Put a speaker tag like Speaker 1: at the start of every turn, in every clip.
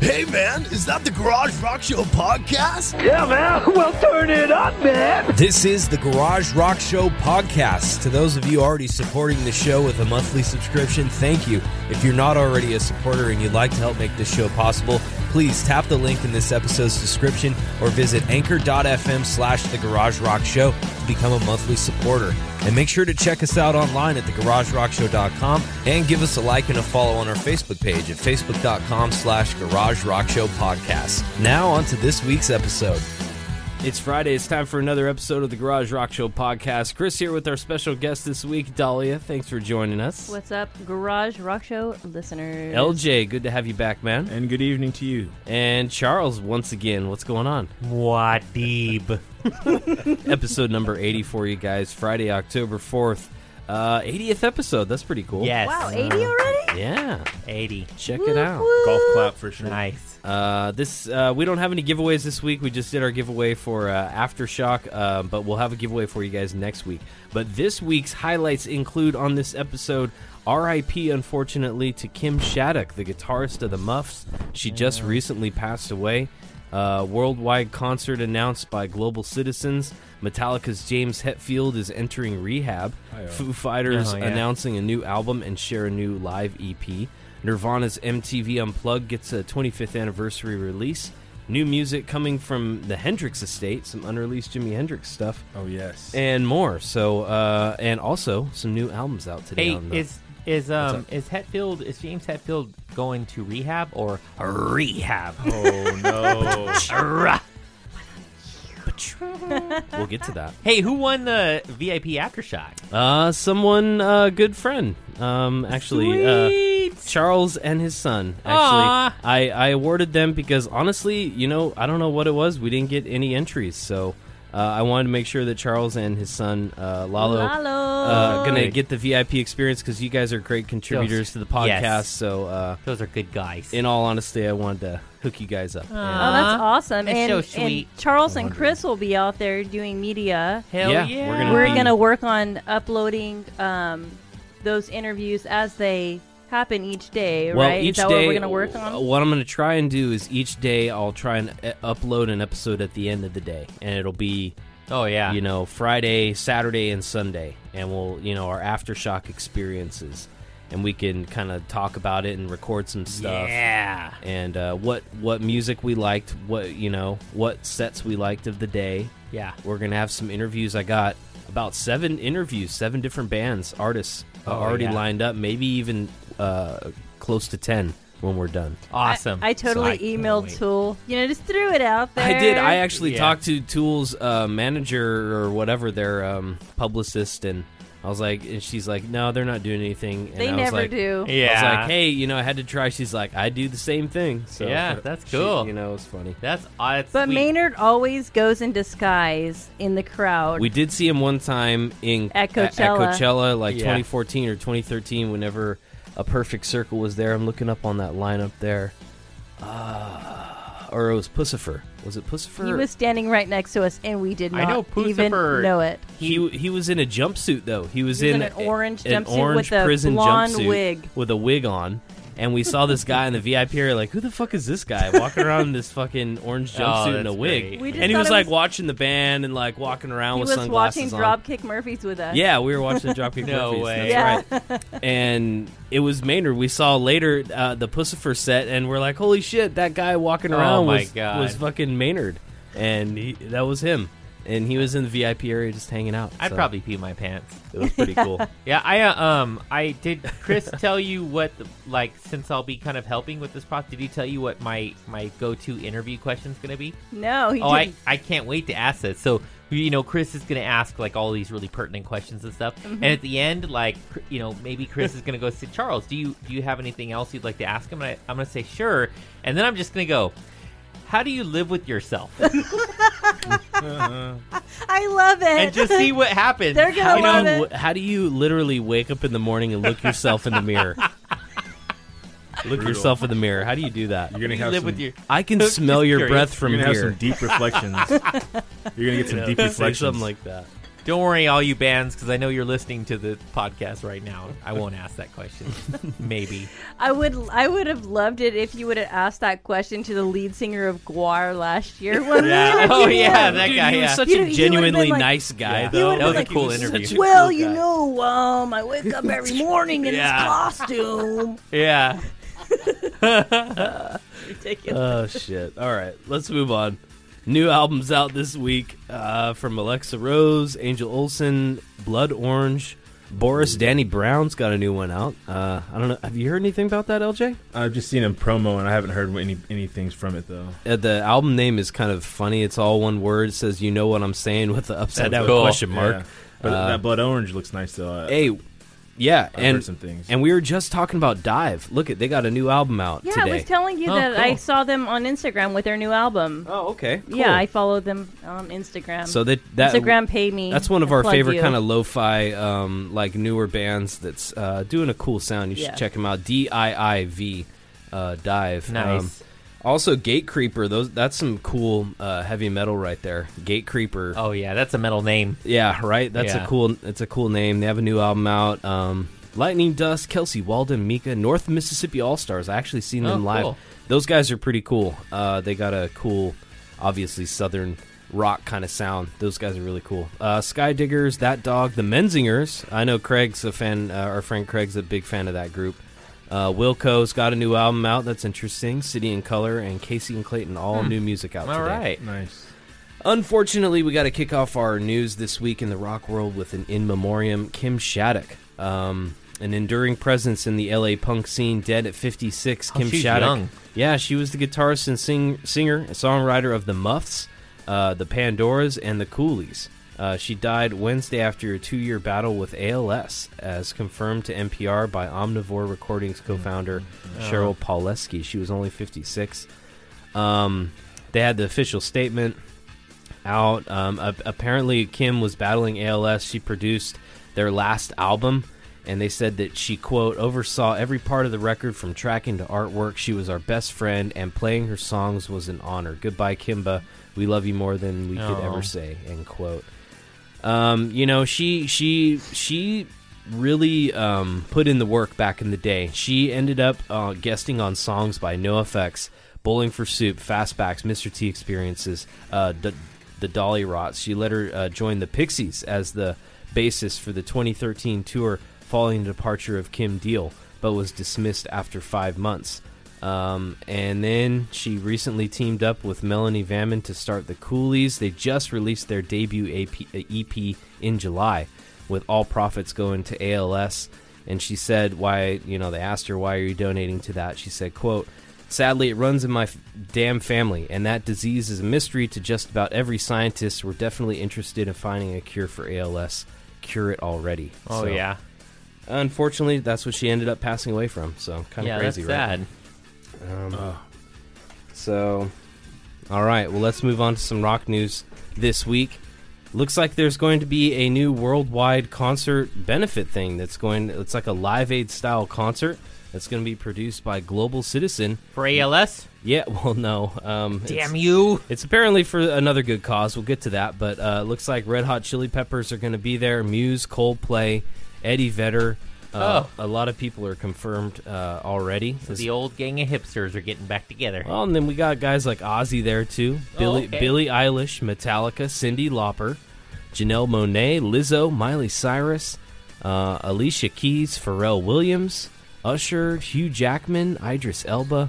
Speaker 1: Hey man, is that the Garage Rock Show podcast?
Speaker 2: Yeah, man. Well, turn it up, man.
Speaker 3: This is the Garage Rock Show podcast. To those of you already supporting the show with a monthly subscription, thank you. If you're not already a supporter and you'd like to help make this show possible, please tap the link in this episode's description or visit anchor.fm slash the Garage Rock Show to become a monthly supporter. And make sure to check us out online at thegaragerockshow.com and give us a like and a follow on our Facebook page at facebook.com slash garage rock show podcast. Now on to this week's episode.
Speaker 4: It's Friday. It's time for another episode of the Garage Rock Show podcast. Chris here with our special guest this week, Dahlia. Thanks for joining us.
Speaker 5: What's up, Garage Rock Show listeners?
Speaker 4: LJ, good to have you back, man.
Speaker 6: And good evening to you.
Speaker 4: And Charles, once again, what's going on?
Speaker 7: Wadib.
Speaker 4: episode number 80 for you guys, Friday, October 4th. Uh, 80th episode. That's pretty cool.
Speaker 7: Yes.
Speaker 5: Wow, 80 already?
Speaker 4: Uh-huh. Yeah.
Speaker 7: 80.
Speaker 4: Check it out.
Speaker 6: Golf clap for sure.
Speaker 7: Nice.
Speaker 4: Uh, this uh, we don't have any giveaways this week. We just did our giveaway for uh, aftershock, uh, but we'll have a giveaway for you guys next week. But this week's highlights include on this episode. R.I.P. Unfortunately to Kim Shattuck, the guitarist of the Muffs. She just recently passed away. Uh, worldwide concert announced by Global Citizens. Metallica's James Hetfield is entering rehab. Foo Fighters
Speaker 7: Oh, yeah.
Speaker 4: announcing a new album and share a new live EP. Nirvana's MTV Unplugged gets a 25th anniversary release. New music coming from the Hendrix estate, some unreleased Jimi Hendrix stuff,
Speaker 6: Oh yes.
Speaker 4: and more. So, uh, and also some new albums out today.
Speaker 7: Hey,
Speaker 4: on the-
Speaker 7: is is um is Hetfield is James Hetfield going to rehab or rehab?
Speaker 6: oh no.
Speaker 7: Arrah.
Speaker 4: we'll get to that.
Speaker 7: hey, who won the VIP aftershock?
Speaker 4: Uh, someone, uh, good friend. Um, actually, uh,
Speaker 7: Sweet.
Speaker 4: Charles and his son.
Speaker 7: Aw.
Speaker 4: Actually, I, I awarded them because honestly, you know, I don't know what it was. We didn't get any entries, so uh, I wanted to make sure that Charles and his son uh, Lalo,
Speaker 5: Lalo.
Speaker 4: Uh, gonna get the VIP experience because you guys are great contributors to the podcast.
Speaker 7: Yes.
Speaker 4: So, uh,
Speaker 7: Those are good guys.
Speaker 4: in all honesty, I wanted to hook you guys up. And-
Speaker 5: Oh, that's awesome.
Speaker 7: That's
Speaker 5: and,
Speaker 7: so
Speaker 5: and
Speaker 7: sweet.
Speaker 5: Charles and Chris will be out there doing media.
Speaker 7: Hell
Speaker 4: Yeah,
Speaker 7: yeah.
Speaker 4: we're gonna
Speaker 5: We're
Speaker 4: be-
Speaker 5: going to work on uploading um, those interviews as they happen each day,
Speaker 4: well,
Speaker 5: right?
Speaker 4: each
Speaker 5: Is that
Speaker 4: day,
Speaker 5: what we're going to work
Speaker 4: uh,
Speaker 5: on?
Speaker 4: What I'm going to try and do is each day I'll try and uh, upload an episode at the end of the day, and it'll be
Speaker 7: Oh yeah.
Speaker 4: you know Friday, Saturday, and Sunday, and we'll you know our aftershock experiences, and we can kind of talk about it and record some stuff.
Speaker 7: Yeah.
Speaker 4: And uh, what what music we liked, what you know, what sets we liked of the day.
Speaker 7: Yeah.
Speaker 4: We're gonna have some interviews. I got about seven interviews, seven different bands, artists uh,
Speaker 7: Oh,
Speaker 4: already
Speaker 7: yeah.
Speaker 4: lined up. Maybe even uh, close to ten when we're done.
Speaker 7: Awesome.
Speaker 5: I, I totally
Speaker 7: So I can't
Speaker 5: emailed
Speaker 7: wait.
Speaker 5: Tool. You know, just threw it out there.
Speaker 4: I did. I actually
Speaker 7: Yeah.
Speaker 4: talked to Tool's uh, manager or whatever their um, publicist, and I was like, and she's like, no, they're not doing anything. And
Speaker 5: They
Speaker 4: I was
Speaker 5: never
Speaker 4: like,
Speaker 5: do.
Speaker 4: I was
Speaker 7: Yeah.
Speaker 4: like, hey, you know, I had to try. She's like, I do the same thing. So
Speaker 7: Yeah, that's
Speaker 4: she-
Speaker 7: cool.
Speaker 4: you know, it's funny.
Speaker 7: That's uh, that's
Speaker 5: But
Speaker 7: sweet.
Speaker 5: Maynard always goes in disguise in the crowd.
Speaker 4: We did see him one time in
Speaker 5: At
Speaker 4: a-
Speaker 5: Coachella.
Speaker 4: Coachella, like
Speaker 7: Yeah.
Speaker 4: 2014 or 2013, whenever a perfect circle was there. I'm looking up on that line up there. Uh, or it was Pussifer. Was it Pussifer?
Speaker 5: He was standing right next to us, and we did
Speaker 7: I
Speaker 5: not
Speaker 7: know
Speaker 5: even
Speaker 7: Pussifer-
Speaker 5: know it.
Speaker 4: He he was in a jumpsuit though. He was,
Speaker 5: He was in an orange
Speaker 4: an
Speaker 5: jumpsuit
Speaker 4: orange
Speaker 5: with a
Speaker 4: prison
Speaker 5: blonde
Speaker 4: jumpsuit
Speaker 5: wig.
Speaker 4: with a wig on. And we saw this guy in the VIP area, like, who the fuck is this guy walking around in this fucking orange
Speaker 7: Oh,
Speaker 4: jumpsuit and a
Speaker 7: that's
Speaker 4: wig?
Speaker 7: great. We
Speaker 5: just
Speaker 4: and he
Speaker 5: thought
Speaker 4: was
Speaker 5: it
Speaker 4: like
Speaker 5: was-
Speaker 4: watching the band and like walking around
Speaker 5: He
Speaker 4: with
Speaker 5: was watching
Speaker 4: sunglasses on.
Speaker 5: Dropkick Murphys with us.
Speaker 4: Yeah, we were watching Dropkick
Speaker 7: No
Speaker 4: Murphys.
Speaker 7: way.
Speaker 4: That's right. and it was Maynard. We saw later uh, the Pussifer set, and we're like, holy shit, that guy walking
Speaker 7: Oh
Speaker 4: around
Speaker 7: my
Speaker 4: was,
Speaker 7: God.
Speaker 4: was fucking Maynard. And he, that was him. And he was in the VIP area just hanging out.
Speaker 7: I'd
Speaker 4: so
Speaker 7: probably pee my pants.
Speaker 4: It was pretty cool.
Speaker 7: Yeah, I uh, um I did Chris tell you what the- like since I'll be kind of helping with this process, did he tell you what my my go-to interview question's going to be?
Speaker 5: No, he
Speaker 7: oh, I
Speaker 5: didn't.
Speaker 7: I can't wait to ask this. So, you know, Chris is going to ask like all these really pertinent questions and stuff.
Speaker 5: Mm-hmm.
Speaker 7: And at the end, like, cr- you know, maybe Chris is going to go say, "Charles, do you do you have anything else you'd like to ask him?" And I, I'm going to say, "Sure." And then I'm just going to go, "How do you live with yourself?"
Speaker 5: I love it.
Speaker 7: and just see what happens.
Speaker 5: They're gonna
Speaker 7: You know,
Speaker 5: love it.
Speaker 4: Wh- How do you literally wake up in the morning and look yourself in the mirror? look
Speaker 6: Brutal.
Speaker 4: yourself in the mirror. How do you do that?
Speaker 6: You're gonna
Speaker 7: you
Speaker 6: have
Speaker 7: live
Speaker 6: some,
Speaker 7: with your
Speaker 4: I can
Speaker 7: Just
Speaker 4: smell your
Speaker 7: curious.
Speaker 4: breath from
Speaker 6: you're gonna have
Speaker 4: here.
Speaker 6: some deep reflections. you're gonna get some deep
Speaker 4: Say
Speaker 6: reflections.
Speaker 4: something like that.
Speaker 7: Don't worry, all you bands, because I know you're listening to the podcast right now. I won't ask that question. Maybe.
Speaker 5: I would I would have loved it if you would have asked that question to the lead singer of Guar last year. When we
Speaker 7: Yeah.
Speaker 5: interviewed
Speaker 7: Oh,
Speaker 5: him.
Speaker 7: yeah, that
Speaker 4: Dude,
Speaker 7: guy,
Speaker 4: he
Speaker 7: yeah.
Speaker 4: was such
Speaker 5: You know,
Speaker 4: a
Speaker 5: he would've
Speaker 4: genuinely
Speaker 5: been like-
Speaker 4: nice guy,
Speaker 7: Yeah.
Speaker 4: though.
Speaker 5: That was a
Speaker 4: Like, he
Speaker 7: cool
Speaker 4: such
Speaker 7: interview.
Speaker 4: cool
Speaker 5: Well, you
Speaker 4: guy.
Speaker 5: know, um, I wake up every morning in
Speaker 7: Yeah.
Speaker 5: this costume.
Speaker 7: Yeah.
Speaker 5: Ridiculous.
Speaker 4: Oh shit! All right, let's move on. New albums out this week uh, from Alexa Rose, Angel Olsen, Blood Orange, Boris Danny Brown's got a new one out. Uh, I don't know. Have you heard anything about that, LJ?
Speaker 6: I've just seen a promo and I haven't heard any anything from it though.
Speaker 4: Uh, the album name is kind of funny. It's all one word. It says "You know what I'm saying" with the upside
Speaker 7: That's
Speaker 4: down
Speaker 7: cool.
Speaker 4: question mark.
Speaker 6: Yeah. But
Speaker 4: Uh,
Speaker 6: that blood orange looks nice though. Uh, I-
Speaker 4: Hey, yeah,
Speaker 6: I've
Speaker 4: and
Speaker 6: heard some things.
Speaker 4: and we were just talking about Dive. Look at they got a new album out
Speaker 5: yeah,
Speaker 4: today.
Speaker 5: I was telling you
Speaker 7: Oh,
Speaker 5: that I
Speaker 7: cool.
Speaker 5: saw them on Instagram with their new album.
Speaker 4: oh, okay. cool.
Speaker 5: Yeah, I followed them on Instagram.
Speaker 4: so that that
Speaker 5: Instagram paid me.
Speaker 4: That's one of
Speaker 5: to
Speaker 4: our
Speaker 5: plug
Speaker 4: favorite
Speaker 5: you.
Speaker 4: kind of lo-fi, um, like newer bands that's uh, doing a cool sound. You should
Speaker 5: Yeah.
Speaker 4: check them out. D I I V, uh, dive.
Speaker 7: Nice.
Speaker 4: also, Gate Creeper. Those that's some cool uh, heavy metal right there. Gate Creeper.
Speaker 7: Oh, yeah. That's a metal name.
Speaker 4: Yeah, right. That's
Speaker 7: Yeah.
Speaker 4: a cool. It's a cool name. They have a new album out. Um, Lightning Dust, Kelsey Walden, Mika, North Mississippi All Stars. I actually seen
Speaker 7: Oh,
Speaker 4: them live.
Speaker 7: cool.
Speaker 4: Those guys are pretty cool. Uh, they got a cool, obviously southern rock kind of sound. Those guys are really cool. Uh, Sky Diggers, That Dog, The Menzingers. I know Craig's a fan. Uh, our friend Craig's a big fan of that group. Uh, Wilco's got a new album out that's interesting. City in Color and Casey and Clayton, all new music out
Speaker 7: Hmm. All
Speaker 4: today.
Speaker 7: right.
Speaker 6: nice.
Speaker 4: Unfortunately, we got to kick off our news this week in the rock world with an in memoriam Kim Shattuck. Um, an enduring presence in the LA punk scene, dead at 56,
Speaker 7: Oh,
Speaker 4: Kim
Speaker 7: she's
Speaker 4: Shattuck.
Speaker 7: young.
Speaker 4: Yeah, she was the guitarist and sing- singer and songwriter of the Muffs, uh, the Pandoras, and the Coolies. Uh, she died Wednesday after a two year battle with ALS, as confirmed to NPR by Omnivore Recordings co founder
Speaker 7: Mm.
Speaker 4: Cheryl
Speaker 7: Oh.
Speaker 4: Pauleski. She was only 56. Um, they had the official statement out. Um, a- apparently, Kim was battling ALS. She produced their last album, and they said that she, quote, oversaw every part of the record from tracking to artwork. She was our best friend, and playing her songs was an honor. Goodbye, Kimba. We love you more than we could
Speaker 7: Aw.
Speaker 4: ever say, end quote. Um, you know, she she she really um, put in the work back in the day. She ended up uh, guesting on songs by NoFX, Bowling for Soup, Fastbacks, Mr. T Experiences, uh, D- the Dolly Rots. She later uh, joined the Pixies as the basis for the 2013 tour, following the departure of Kim Deal, but was dismissed after five months. Um, and then she recently teamed up with Melanie Vaman to start the Coolies. They just released their debut AP, uh, EP in July, with all profits going to ALS. And she said, "Why? You know, they asked her why are you donating to that?" She said, "Quote." Sadly, it runs in my f- damn family, and that disease is a mystery to just about every scientist. We're definitely interested in finding a cure for ALS. Cure it already.
Speaker 7: Oh,
Speaker 4: So,
Speaker 7: yeah.
Speaker 4: Unfortunately, that's what she ended up passing away from. So kind of
Speaker 7: yeah,
Speaker 4: crazy, right?
Speaker 7: that's sad.
Speaker 4: So, all right. Well, let's move on to some rock news this week. Looks like there's going to be a new worldwide concert benefit thing that's going. It's like a Live Aid style concert that's going to be produced by Global Citizen.
Speaker 7: For ALS?
Speaker 4: Yeah. Well, no. Um, it's-
Speaker 7: Damn you.
Speaker 4: it's apparently for another good cause. We'll get to that, but uh, it looks like Red Hot Chili Peppers are going to be there. Muse, Coldplay, Eddie Vedder. Uh, A lot of people are confirmed uh, already. This-
Speaker 7: Oh. The old gang of hipsters are getting back together.
Speaker 4: well, and then we got guys like Ozzy there too. Billy
Speaker 7: Oh, okay.
Speaker 4: Billie Eilish, Metallica, Cindy Lauper, Janelle Monet, Lizzo, Miley Cyrus, uh, Alicia Keys, Pharrell Williams, Usher, Hugh Jackman, Idris Elba.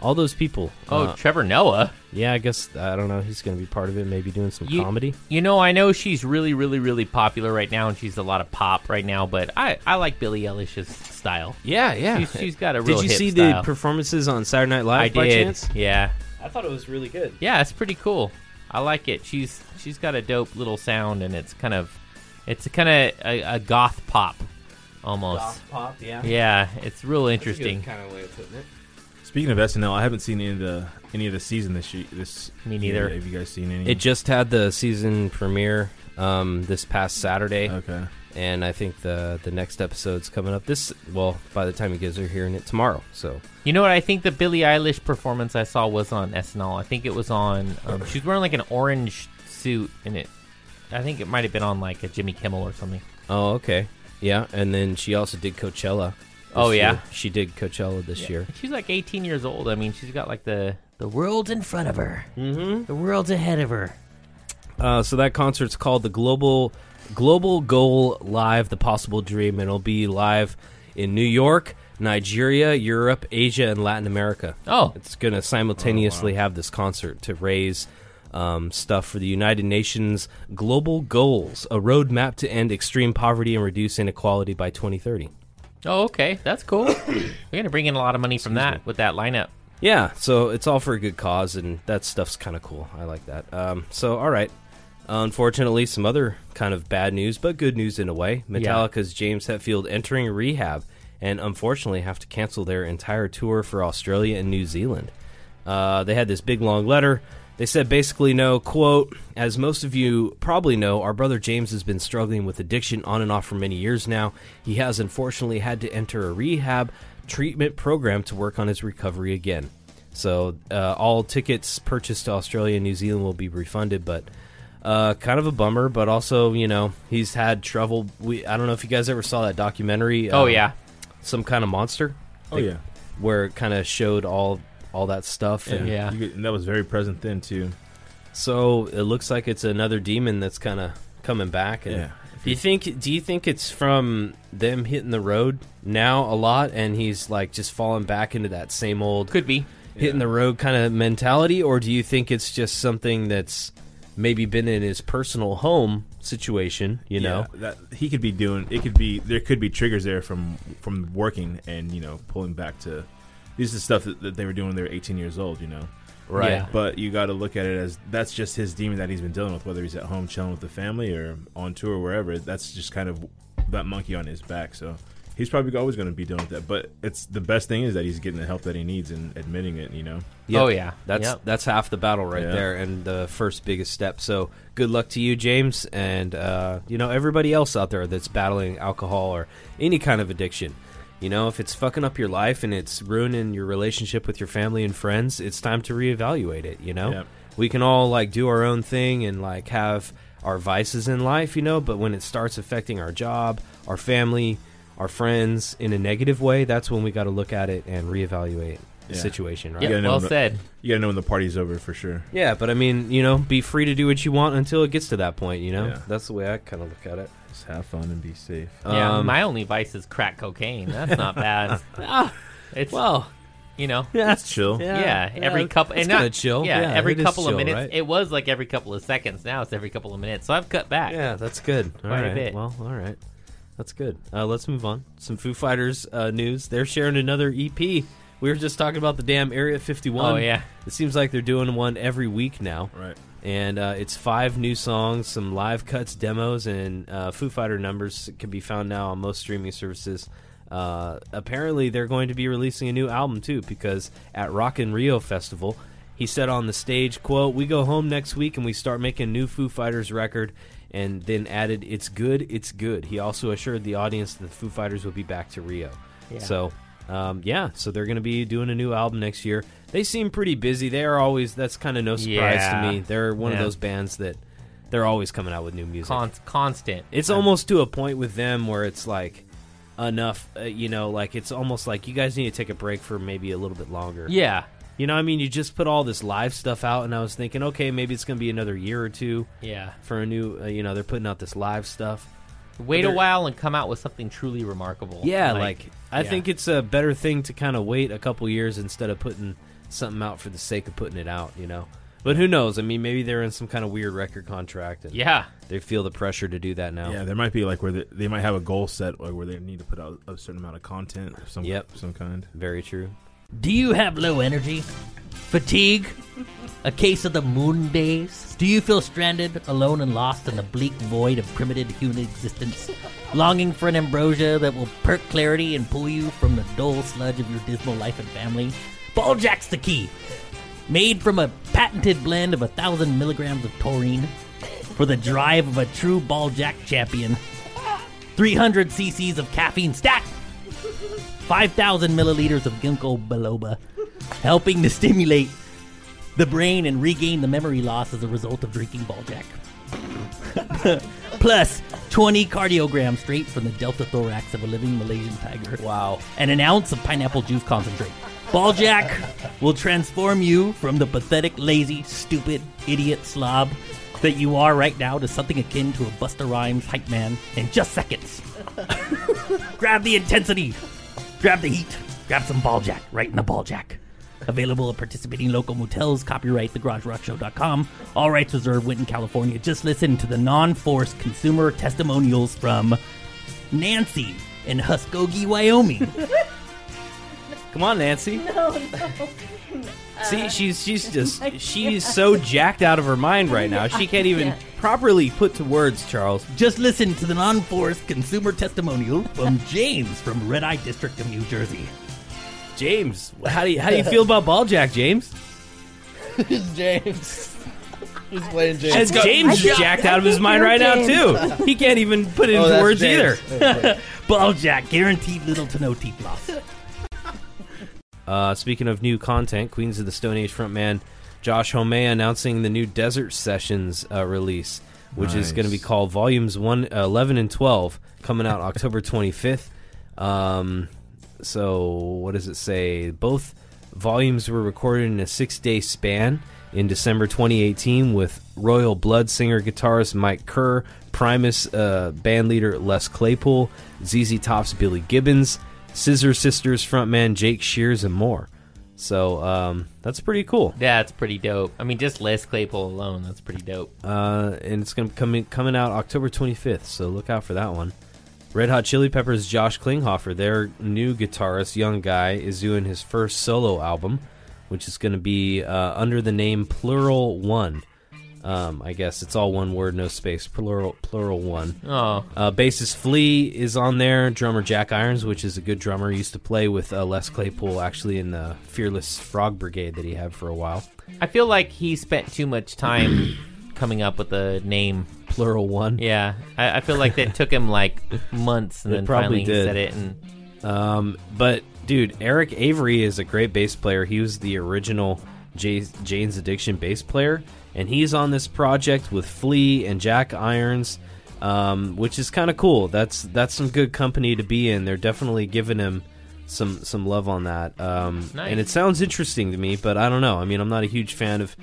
Speaker 4: All those people.
Speaker 7: oh,
Speaker 4: Uh,
Speaker 7: Trevor Noah.
Speaker 4: yeah, I guess I don't know. He's going to be part of it. Maybe doing some
Speaker 7: You-
Speaker 4: comedy.
Speaker 7: You know, I know she's really, really, really popular right now, and she's a lot of pop right now. But I, I like Billie Eilish's style.
Speaker 4: Yeah, yeah.
Speaker 7: She's- she's got a
Speaker 4: Did
Speaker 7: real
Speaker 4: you
Speaker 7: hip
Speaker 4: see the
Speaker 7: style.
Speaker 4: performances on Saturday Night Live?
Speaker 7: I
Speaker 4: by
Speaker 7: did.
Speaker 4: Chance?
Speaker 7: Yeah,
Speaker 4: I thought it was really good.
Speaker 7: yeah, it's pretty cool. I like it. She's she's got a dope little sound, and it's kind of, it's kind of a, a goth pop, almost.
Speaker 4: pop, yeah.
Speaker 7: Yeah, it's real interesting.
Speaker 4: kind of way of putting it.
Speaker 6: Speaking of SNL, I haven't seen any of the any of the season this year. This
Speaker 7: Me neither.
Speaker 6: year. Have you guys seen any?
Speaker 4: It just had the season premiere um, this past Saturday,
Speaker 6: okay.
Speaker 4: and I think the the next episode's coming up this. Well, by the time you guys are hearing it tomorrow, so
Speaker 7: You know what? I think the Billie Eilish performance I saw was on SNL. I think it was on. Um, she was wearing like an orange suit, and it. I think it might have been on like a Jimmy Kimmel or something.
Speaker 4: Oh, okay. Yeah, and then she also did Coachella. this
Speaker 7: Oh, yeah?
Speaker 4: year. she did Coachella this year.
Speaker 7: She's like 18 years old. I mean, she's got like the the world's in front of her. Mm-hmm. The world's ahead of her.
Speaker 4: Uh, so that concert's called the Global Global Goal Live: The Possible Dream, and it'll be live in New York, Nigeria, Europe, Asia, and Latin America.
Speaker 7: Oh.
Speaker 4: it's going to simultaneously have this concert to raise. Um, stuff for the United Nations Global Goals, a roadmap to end extreme poverty and reduce inequality by 2030.
Speaker 7: Oh, okay, that's cool. We're gonna bring in a lot of money from that with that lineup.
Speaker 4: Yeah, so it's all for a good cause, and that stuff's kind of cool. I like that. Um, so, all right. Unfortunately, some other kind of bad news, but good news in a way. Metallica's James Hetfield entering rehab, and unfortunately have to cancel their entire tour for Australia and New Zealand. Uh, they had this big long letter. They said basically, no, quote, as most of you probably know, our brother James has been struggling with addiction on and off for many years now. He has unfortunately had to enter a rehab treatment program to work on his recovery again. So uh, all tickets purchased to Australia and New Zealand will be refunded, but uh, kind of a bummer. But also, you know, he's had trouble. We I don't know if you guys ever saw that documentary.
Speaker 7: Oh
Speaker 4: um,
Speaker 7: yeah,
Speaker 4: some kind of monster.
Speaker 6: Oh yeah,
Speaker 4: where it kind of showed all all that stuff.
Speaker 6: yeah.
Speaker 4: And
Speaker 7: Yeah.
Speaker 6: You could- and that was very present then too.
Speaker 4: so it looks like it's another demon that's kind of coming back. And
Speaker 6: Yeah.
Speaker 4: Do you think? Do you think it's from them hitting the road now a lot, and he's like just falling back into that same old
Speaker 7: could be.
Speaker 4: hitting the road kind of mentality, or do you think it's just something that's maybe been in his personal home situation? You know,
Speaker 6: Yeah, that he could be doing. It could be there could be triggers there from from working and you know pulling back to. This is stuff that, that they were doing when they were 18 years old. You know.
Speaker 4: right?
Speaker 7: Yeah.
Speaker 6: But you got to look at it as that's just his demon that he's been dealing with, whether he's at home chilling with the family or on tour or wherever. That's just kind of that monkey on his back. So he's probably always going to be dealing with that. But it's the best thing is that he's getting the help that he needs and admitting it. You know.
Speaker 4: Yep.
Speaker 7: Oh, yeah.
Speaker 4: that's
Speaker 7: Yep.
Speaker 4: that's half the battle right
Speaker 6: Yeah.
Speaker 4: there, and the first biggest step. So good luck to you, James, and uh, you know everybody else out there that's battling alcohol or any kind of addiction. You know, if it's fucking up your life and it's ruining your relationship with your family and friends, it's time to reevaluate it. You know,
Speaker 6: Yep.
Speaker 4: we can all like do our own thing and like have our vices in life, you know, but when it starts affecting our job, our family, our friends in a negative way, that's when we got to look at it and reevaluate the
Speaker 6: Yeah.
Speaker 4: situation, right?
Speaker 7: Yeah,
Speaker 6: gotta know
Speaker 7: well
Speaker 6: when the-
Speaker 7: said.
Speaker 6: You got to know when the party's over for sure.
Speaker 4: Yeah, but I mean, you know, be free to do what you want until it gets to that point, you know?
Speaker 6: Yeah.
Speaker 4: That's the way I kind of look at it.
Speaker 6: Just have fun and be safe.
Speaker 7: yeah,
Speaker 4: Um,
Speaker 7: my only vice is crack cocaine. That's not bad.
Speaker 4: Ah.
Speaker 7: it's
Speaker 4: Well,
Speaker 7: you know.
Speaker 4: yeah,
Speaker 6: That's chill.
Speaker 7: Yeah, every couple
Speaker 4: It's
Speaker 7: and not,
Speaker 4: kinda chill.
Speaker 7: Yeah,
Speaker 4: Yeah,
Speaker 7: every
Speaker 4: it is
Speaker 7: couple
Speaker 4: chill,
Speaker 7: of minutes.
Speaker 4: right?
Speaker 7: It was like every couple of seconds. Now it's every couple of minutes. So I've cut back.
Speaker 4: Yeah, that's good. All
Speaker 7: Quite a
Speaker 4: right.
Speaker 7: bit.
Speaker 4: Well, all right. That's good. Uh, let's move on. Some Foo Fighters uh, news. They're sharing another EP. We were just talking about the damn Area 51.
Speaker 7: Oh, yeah.
Speaker 4: It seems like they're doing one every week now.
Speaker 6: Right.
Speaker 4: and uh, it's five new songs, some live cuts, demos, and uh, Foo Fighter numbers can be found now on most streaming services. Uh, apparently, they're going to be releasing a new album too, because at Rock in Rio Festival, he said on the stage, "quote We go home next week and we start making new Foo Fighters record." And then added, "It's good, it's good." He also assured the audience that the Foo Fighters would be back to Rio. So um, yeah, so they're going to be doing a new album next year. They seem pretty busy. They are always that's kind of no surprise to
Speaker 7: Yeah.
Speaker 4: me. They're one of
Speaker 7: Yeah.
Speaker 4: those bands that they're always coming out with new music.
Speaker 7: Con- constant.
Speaker 4: it's almost to a point with them where it's like enough, uh, you know, like it's almost like you guys need to take a break for maybe a little bit longer.
Speaker 7: yeah,
Speaker 4: You know, what I mean, you just put all this live stuff out, and I was thinking, okay, maybe it's going to be another year or two
Speaker 7: yeah.
Speaker 4: for a new, uh, you know, they're putting out this live stuff.
Speaker 7: Wait a
Speaker 4: they're-
Speaker 7: while and come out with something truly remarkable.
Speaker 4: Yeah, like, I
Speaker 7: yeah.
Speaker 4: think it's a better thing to kind of wait a couple years instead of putting something out for the sake of putting it out, you know. But who knows? I mean, maybe they're in some kind of weird record contract and
Speaker 7: yeah.
Speaker 4: they feel the pressure to do that now.
Speaker 6: Yeah, there might be like where they, they might have a goal set, like where they need to put out a certain amount of content of some
Speaker 4: Yep.
Speaker 6: some kind.
Speaker 4: Very true.
Speaker 7: Do you have low energy? Fatigue? A case of the moon days? Do you feel stranded, alone, and lost in the bleak void of primitive human existence? Longing for an ambrosia that will perk clarity and pull you from the dull sludge of your dismal life and family? Balljack's the key! Made from a patented blend of a thousand milligrams of taurine for the drive of a true balljack champion. 300 cc's of caffeine stacked 5,000 milliliters of ginkgo biloba, helping to stimulate the brain and regain the memory loss as a result of drinking ball jack.
Speaker 8: plus 20 cardiograms straight from the delta thorax of a living Malaysian tiger. Wow. And an ounce of pineapple juice concentrate. Balljack will transform you from the pathetic, lazy, stupid, idiot slob that you are right now to something akin to a Busta Rhymes hype man in just seconds. grab the intensity, grab the heat, grab some Balljack right in the Balljack. Available at participating local motels. Copyright thegaragerockshow.com. All rights reserved. Winton, California. Just listen to the non-forced consumer testimonials from Nancy in Muskogee, Wyoming.
Speaker 4: Come on, Nancy. See, she's she's just she's so jacked out of her mind right now. She can't even properly put to words, Charles.
Speaker 8: Just listen to the non-forced consumer testimonial from James from Red Eye District of New Jersey.
Speaker 4: James, how do you how do you feel about Balljack, James?
Speaker 9: James. He's playing James.
Speaker 4: As James is jacked out of his mind right now too. He can't even put it
Speaker 9: Oh,
Speaker 4: into
Speaker 9: that's
Speaker 4: words either.
Speaker 9: James. Okay.
Speaker 8: Balljack, guaranteed little to no teeth loss.
Speaker 4: Uh, speaking of new content, Queens of the Stone Age frontman Josh Homme announcing the new Desert Sessions uh, release, which
Speaker 6: Nice.
Speaker 4: is going to be called Volumes 1, uh, 11 and 12, coming out October 25th. Um, so, what does it say? Both volumes were recorded in a six day span in December 2018 with Royal Blood singer guitarist Mike Kerr, Primus uh, band leader Les Claypool, ZZ Top's Billy Gibbons, Scissor Sisters frontman Jake Shears, and more. So um, that's pretty cool.
Speaker 7: That's pretty dope. I mean, just Les Claypool alone, that's pretty dope.
Speaker 4: Uh, and it's going to come in, coming out October 25th, so look out for that one. Red Hot Chili Peppers' Josh Klinghoffer, their new guitarist, young guy, is doing his first solo album, which is going to be uh, under the name Plural One. Um, I guess it's all one word, no space. Plural, plural one.
Speaker 7: Oh,
Speaker 4: Uh, bassist Flea is on there. Drummer Jack Irons, which is a good drummer, used to play with uh, Les Claypool actually in the Fearless Frog Brigade that he had for a while.
Speaker 7: I feel like he spent too much time coming up with a name.
Speaker 4: Plural One.
Speaker 7: Yeah, I, I feel like that took him like months, and
Speaker 4: It
Speaker 7: then
Speaker 4: probably
Speaker 7: finally
Speaker 4: did.
Speaker 7: he said it. And
Speaker 4: Um, but dude, Eric Avery is a great bass player. He was the original Jay- Jane's Addiction bass player, and he's on this project with Flea and Jack Irons, um, which is kind of cool. That's that's some good company to be in. They're definitely giving him some some love on that. Um,
Speaker 7: Nice.
Speaker 4: And it sounds interesting to me, but I don't know. I mean, I'm not a huge fan of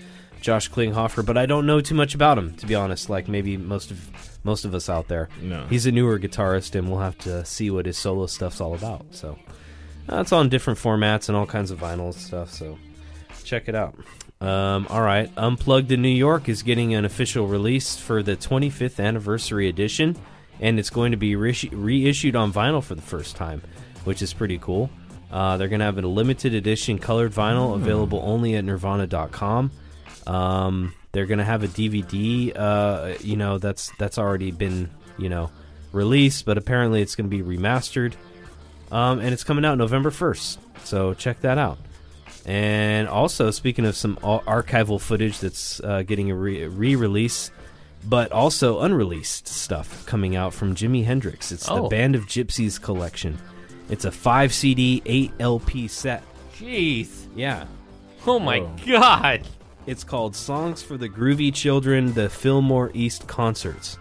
Speaker 4: Josh Klinghoffer, but I don't know too much about him to be honest. Like maybe most of most of us out there.
Speaker 6: No.
Speaker 4: He's a newer guitarist, and we'll have to see what his solo stuff's all about. So uh, it's on different formats and all kinds of vinyl and stuff. So check it out. Um, all right, Unplugged in New York is getting an official release for the 25th anniversary edition, and it's going to be reissu- reissued on vinyl for the first time, which is pretty cool. Uh, they're going to have a limited edition colored vinyl available only at nirvana.com. Um, they're gonna have a DVD. Uh, you know, that's that's already been you know released, but apparently it's gonna be remastered. Um, and it's coming out November first, so check that out. And also, speaking of some ar- archival footage that's uh, getting a re- release, but also unreleased stuff coming out from Jimi Hendrix. It's the
Speaker 7: Oh.
Speaker 4: Band of Gypsies collection. It's a five CD, eight LP set.
Speaker 7: jeez,
Speaker 4: Yeah,
Speaker 7: oh my
Speaker 6: Whoa.
Speaker 7: god,
Speaker 4: it's called Songs for the Groovy Children, the Fillmore East Concerts,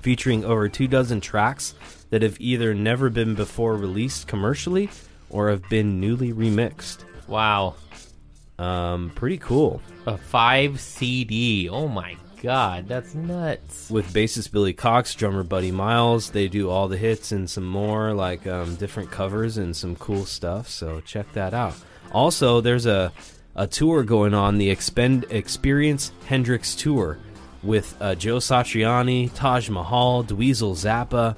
Speaker 4: featuring over two dozen tracks that have either never been before released commercially or have been newly remixed.
Speaker 7: wow,
Speaker 4: Um, pretty cool.
Speaker 7: a five CD. Oh my god, that's nuts.
Speaker 4: With bassist Billy Cox, drummer Buddy Miles, they do all the hits and some more, like um, different covers and some cool stuff. So check that out. Also, there's a, a tour going on, the Expend- Experience Hendrix Tour, with uh, Joe Satriani, Taj Mahal, Dweezil Zappa,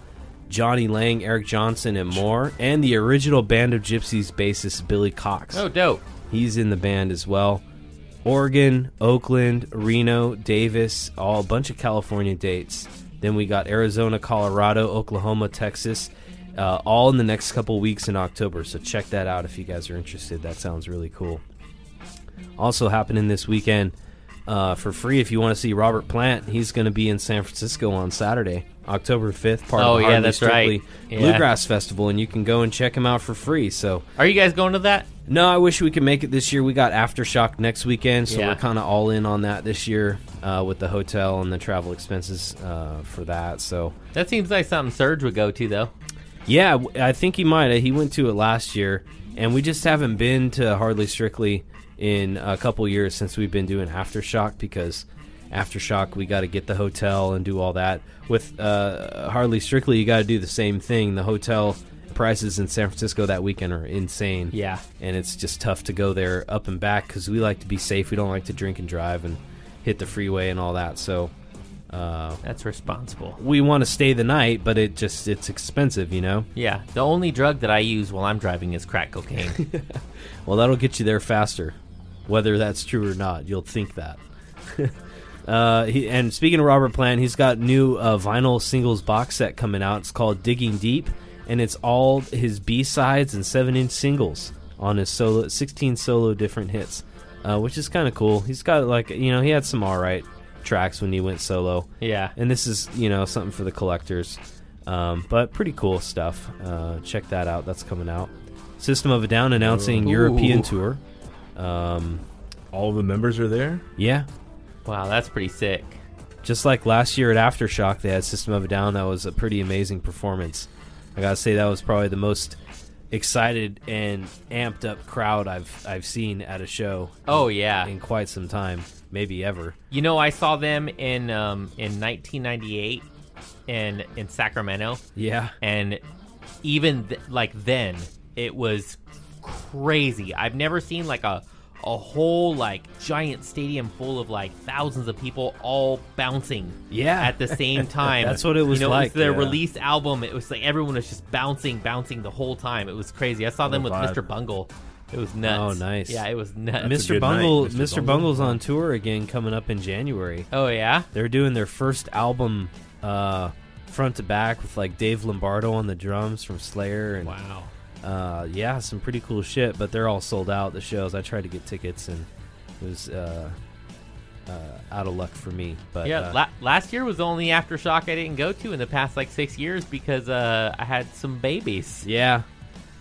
Speaker 4: Johnny Lang, Eric Johnson, and more, and the original Band of Gypsies bassist Billy Cox.
Speaker 7: Oh, dope.
Speaker 4: He's in the band as well. Oregon, Oakland, Reno, Davis, all a bunch of California dates. Then we got Arizona, Colorado, Oklahoma, Texas, uh, all in the next couple weeks in October. So check that out if you guys are interested. That sounds really cool. Also happening this weekend, uh, for free if you want to see Robert Plant. He's going to be in San Francisco on Saturday, October 5th, part
Speaker 7: Oh,
Speaker 4: of the
Speaker 7: yeah,
Speaker 4: Hardly
Speaker 7: that's
Speaker 4: Strictly
Speaker 7: right. Yeah.
Speaker 4: Bluegrass Festival, and you can go and check him out for free. So
Speaker 7: Are you guys going to that?
Speaker 4: no, I wish we could make it this year. We got aftershock next weekend, so
Speaker 7: Yeah.
Speaker 4: we're kind of all in on that this year uh, with the hotel and the travel expenses uh, for that. So
Speaker 7: That seems like something Surge would go to, though.
Speaker 4: yeah, w- I think he might. He went to it last year, and we just haven't been to hardly strictly in a couple years since we've been doing aftershock because aftershock we got to get the hotel and do all that. With uh, hardly strictly, you got to do the same thing. The hotel prices in San Francisco that weekend are insane
Speaker 7: Yeah.
Speaker 4: and it's just tough to go there up and back because we like to be safe. We don't like to drink and drive and hit the freeway and all that. So uh,
Speaker 7: That's responsible.
Speaker 4: we want to stay the night, but it just it's expensive, you know.
Speaker 7: Yeah. The only drug that I use while I'm driving is crack cocaine.
Speaker 4: Well, that'll get you there faster, whether that's true or not. You'll think that. uh, he, and speaking of Robert Plant, he's got new uh, vinyl singles box set coming out. It's called Digging Deep, and it's all his B sides and seven inch singles on his solo, sixteen solo different hits, uh, which is kind of cool. He's got like you know he had some all right tracks when he went solo.
Speaker 7: Yeah.
Speaker 4: and this is you know something for the collectors. Um, but pretty cool stuff. Uh, check that out. That's coming out. System of a Down announcing European
Speaker 7: Ooh.
Speaker 4: tour. Um,
Speaker 6: All the members are there.
Speaker 4: yeah,
Speaker 7: wow, that's pretty sick.
Speaker 4: just like last year at Aftershock, they had System of a Down. That was a pretty amazing performance. I gotta say that was probably the most excited and amped up crowd I've I've seen at a show
Speaker 7: Oh, yeah.
Speaker 4: in quite some time, maybe ever.
Speaker 7: You know, I saw them in um, in 1998 in in Sacramento,
Speaker 4: Yeah,
Speaker 7: and even th- like then, it was crazy. I've never seen like a a whole like giant stadium full of like thousands of people all bouncing
Speaker 4: Yeah.
Speaker 7: at the same time
Speaker 4: That's what it was
Speaker 7: you know,
Speaker 4: like,
Speaker 7: it was their
Speaker 4: yeah.
Speaker 7: release album it was like everyone was just bouncing bouncing the whole time it was crazy i saw them with
Speaker 6: vibe.
Speaker 7: mr bungle it was nuts
Speaker 4: Oh, nice.
Speaker 7: yeah it was nuts
Speaker 6: a
Speaker 4: Mr.
Speaker 6: good night,
Speaker 4: Bungle,
Speaker 6: Mr.
Speaker 4: Mr.
Speaker 6: Bungle.
Speaker 4: Bungle's on tour again coming up in January.
Speaker 7: oh yeah
Speaker 4: They're doing their first album uh, front to back with like Dave Lombardo on the drums from Slayer and
Speaker 7: wow
Speaker 4: uh, yeah, some pretty cool shit. But they're all sold out. The shows I tried to get tickets and it was uh, uh, out of luck for me. But
Speaker 7: Yeah,
Speaker 4: uh,
Speaker 7: la- last year was the only aftershock I didn't go to in the past like six years because uh, I had some babies.
Speaker 4: yeah.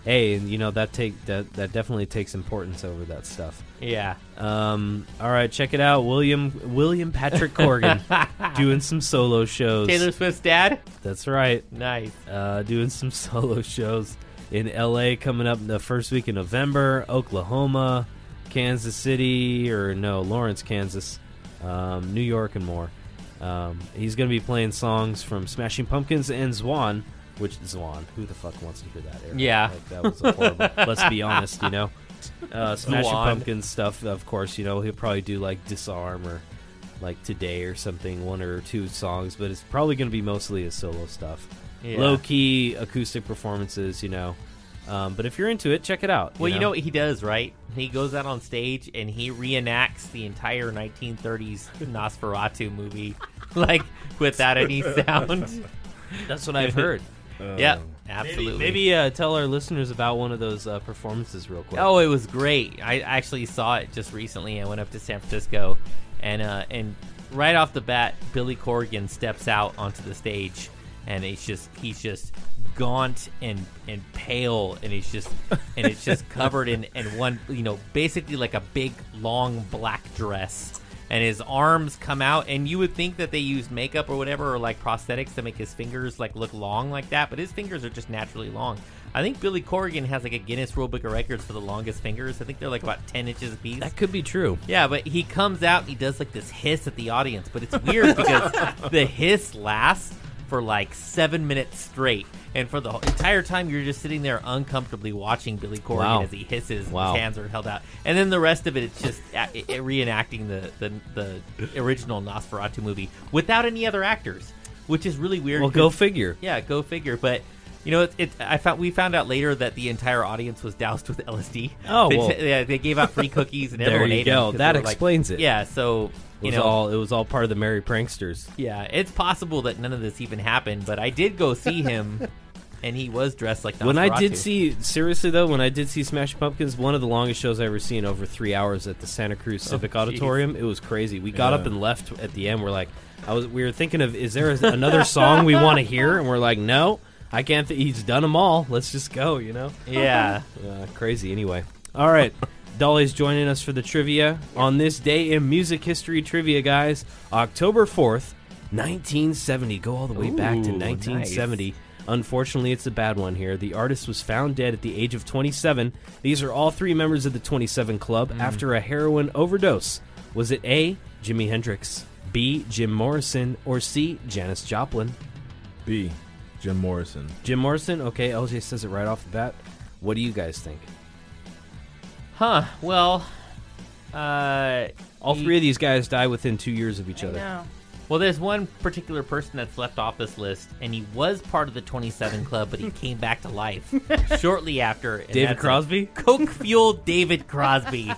Speaker 4: Hey, and you know that take that that definitely takes importance over that stuff.
Speaker 7: Yeah,
Speaker 4: Um, all right, check it out, William William Patrick Corgan doing some solo shows.
Speaker 7: Taylor Swift's dad.
Speaker 4: That's right.
Speaker 7: Nice.
Speaker 4: uh, doing some solo shows in LA coming up the first week in November, Oklahoma, Kansas City, or no, Lawrence, Kansas, um, New York, and more. Um, he's going to be playing songs from Smashing Pumpkins and Zwan, which Zwan, who the fuck wants to hear that? Eric?
Speaker 7: Yeah.
Speaker 4: Like, that was a horrible. let's be honest, you know. Uh, Smashing
Speaker 7: Zwan.
Speaker 4: Pumpkins stuff, of course, you know, he'll probably do like Disarm or like today or something, one or two songs, but it's probably going to be mostly his solo stuff.
Speaker 7: Yeah.
Speaker 4: Low key acoustic performances, you know. Um, but if you're into it, check it out.
Speaker 7: Well, you know? what he does, right? He goes out on stage and he reenacts the entire 1930s Nosferatu movie, like without any sound.
Speaker 4: that's what I've heard.
Speaker 7: yep, absolutely.
Speaker 4: Maybe uh, tell our listeners about one of those uh, performances real quick.
Speaker 7: Oh, it was great. I actually saw it just recently. I went up to San Francisco, and uh, and right off the bat, Billy Corgan steps out onto the stage, and he's just he's just gaunt and and pale, and he's just and it's just covered in in one you know basically like a big long black dress. And his arms come out, and you would think that they used makeup or whatever, or like prosthetics to make his fingers like look long like that. But his fingers are just naturally long. I think Billy Corgan has like a Guinness World Book of Records for the longest fingers. I think they're like about ten inches apiece.
Speaker 4: that could be true.
Speaker 7: Yeah, but he comes out and he does like this hiss at the audience, but it's weird because the hiss lasts for like seven minutes straight. And for the whole- entire time, you're just sitting there uncomfortably watching Billy Corgan
Speaker 4: Wow.
Speaker 7: as he hisses. and
Speaker 4: Wow.
Speaker 7: His hands are held out, and then the rest of it, it's just uh, it, it reenacting the, the the original Nosferatu movie without any other actors, which is really weird.
Speaker 4: Well, go
Speaker 7: 'cause-
Speaker 4: figure.
Speaker 7: yeah, go figure. But you know, it, it, I found we found out later that the entire audience was doused with LSD.
Speaker 4: Oh,
Speaker 7: they,
Speaker 4: well.
Speaker 7: yeah, they gave out free cookies and
Speaker 4: There
Speaker 7: everyone
Speaker 4: you
Speaker 7: ate 'em
Speaker 4: go.
Speaker 7: 'cause they
Speaker 4: That
Speaker 7: were like-
Speaker 4: explains it.
Speaker 7: Yeah, so
Speaker 4: It
Speaker 7: you
Speaker 4: was
Speaker 7: know,
Speaker 4: all it was all part of the Merry Pranksters.
Speaker 7: yeah, it's possible that none of this even happened, but I did go see him and he was dressed like
Speaker 4: When I
Speaker 7: Nosferatu.
Speaker 4: did see seriously though, when I did see Smashing Pumpkins, one of the longest shows I ever seen over three hours at the Santa Cruz Civic
Speaker 7: Oh, jeez.
Speaker 4: Auditorium. It was crazy. We got up
Speaker 6: Yeah.
Speaker 4: and left at the end. We're like, I was. We were thinking of is there another song we want to hear? And we're like, no, I can't. Th- he's done them all. Let's just go. You know.
Speaker 7: yeah,
Speaker 4: Uh, crazy. Anyway. All right. Dolly's joining us for the trivia on this day in music history trivia, guys. October 4th, 1970. Go all the way back to
Speaker 7: Ooh,
Speaker 4: 1970. Unfortunately, it's a bad one here. The artist was found dead at the age of 27. These are all three members of the 27 Club after a heroin overdose. Was it A, Jimi Hendrix, B, Jim Morrison, or C, Janis Joplin?
Speaker 6: B. Jim Morrison.
Speaker 4: Jim Morrison? Okay, LJ says it right off the bat. What do you guys think?
Speaker 7: huh? Well, uh,
Speaker 4: All
Speaker 7: he-
Speaker 4: three of these guys die within two years of each
Speaker 5: I
Speaker 4: other.
Speaker 5: know.
Speaker 7: Well, there's one particular person that's left off this list, and he was part of the 27 Club, but he came back to life shortly after. and
Speaker 4: David
Speaker 7: that's
Speaker 4: Crosby?
Speaker 7: coke fueled David Crosby,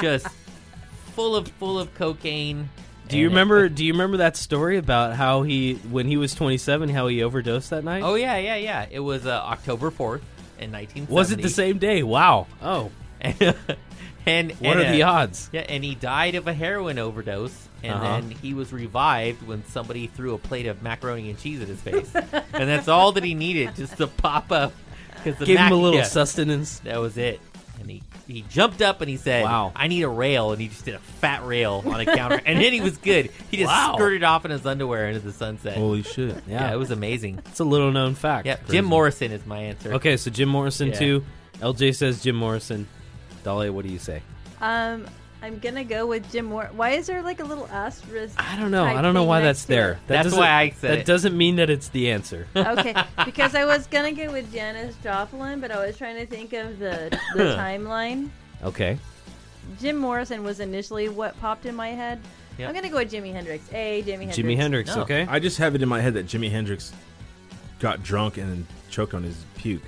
Speaker 7: just full of full of cocaine.
Speaker 4: Do you
Speaker 7: And-
Speaker 4: remember? Do you remember that story about how he, when he was 27, how he overdosed that night?
Speaker 7: Oh yeah, yeah, yeah. It was uh, October 4th in 1970.
Speaker 4: was it the same day? Wow. Oh,
Speaker 7: and and
Speaker 4: what are the
Speaker 7: odds?
Speaker 4: odds?
Speaker 7: Yeah, and he died of a heroin overdose, and
Speaker 4: Uh-huh.
Speaker 7: then he was revived when somebody threw a plate of macaroni and cheese at his face, and that's all that he needed, just to pop up. Because
Speaker 4: Give him a little sustenance.
Speaker 7: That was it. And he, he jumped up and he said,
Speaker 4: Wow.
Speaker 7: I need a rail. And he just did a fat rail on a counter. and then he was good. He just
Speaker 4: Wow.
Speaker 7: skirted off in his underwear into the sunset.
Speaker 6: Holy shit.
Speaker 7: yeah. it was amazing.
Speaker 4: It's a little known fact.
Speaker 7: Yeah, Jim Morrison is my answer.
Speaker 4: Okay, so Jim Morrison
Speaker 7: Yeah.
Speaker 4: too. LJ says Jim Morrison. Dolly, what do you say?
Speaker 5: Um, I'm gonna go with Jim Moore. Why is there like a little asterisk?
Speaker 4: I don't know.
Speaker 5: type
Speaker 4: I don't know
Speaker 5: thing
Speaker 4: why
Speaker 5: next
Speaker 4: that's
Speaker 5: to it?
Speaker 4: there. That
Speaker 7: That's
Speaker 4: doesn't-
Speaker 7: why I said
Speaker 4: that
Speaker 7: it.
Speaker 4: doesn't mean that it's the answer.
Speaker 5: okay, because I was gonna go with Janis Joplin, but I was trying to think of the the timeline.
Speaker 4: Okay.
Speaker 5: Jim Morrison was initially what popped in my head.
Speaker 7: Yeah.
Speaker 5: I'm gonna go with Jimi Hendrix. A Jimi Hendrix.
Speaker 4: Jimi Hendrix.
Speaker 7: No.
Speaker 4: Okay.
Speaker 6: I just have it in my head that Jimi Hendrix got drunk and choked on his puke.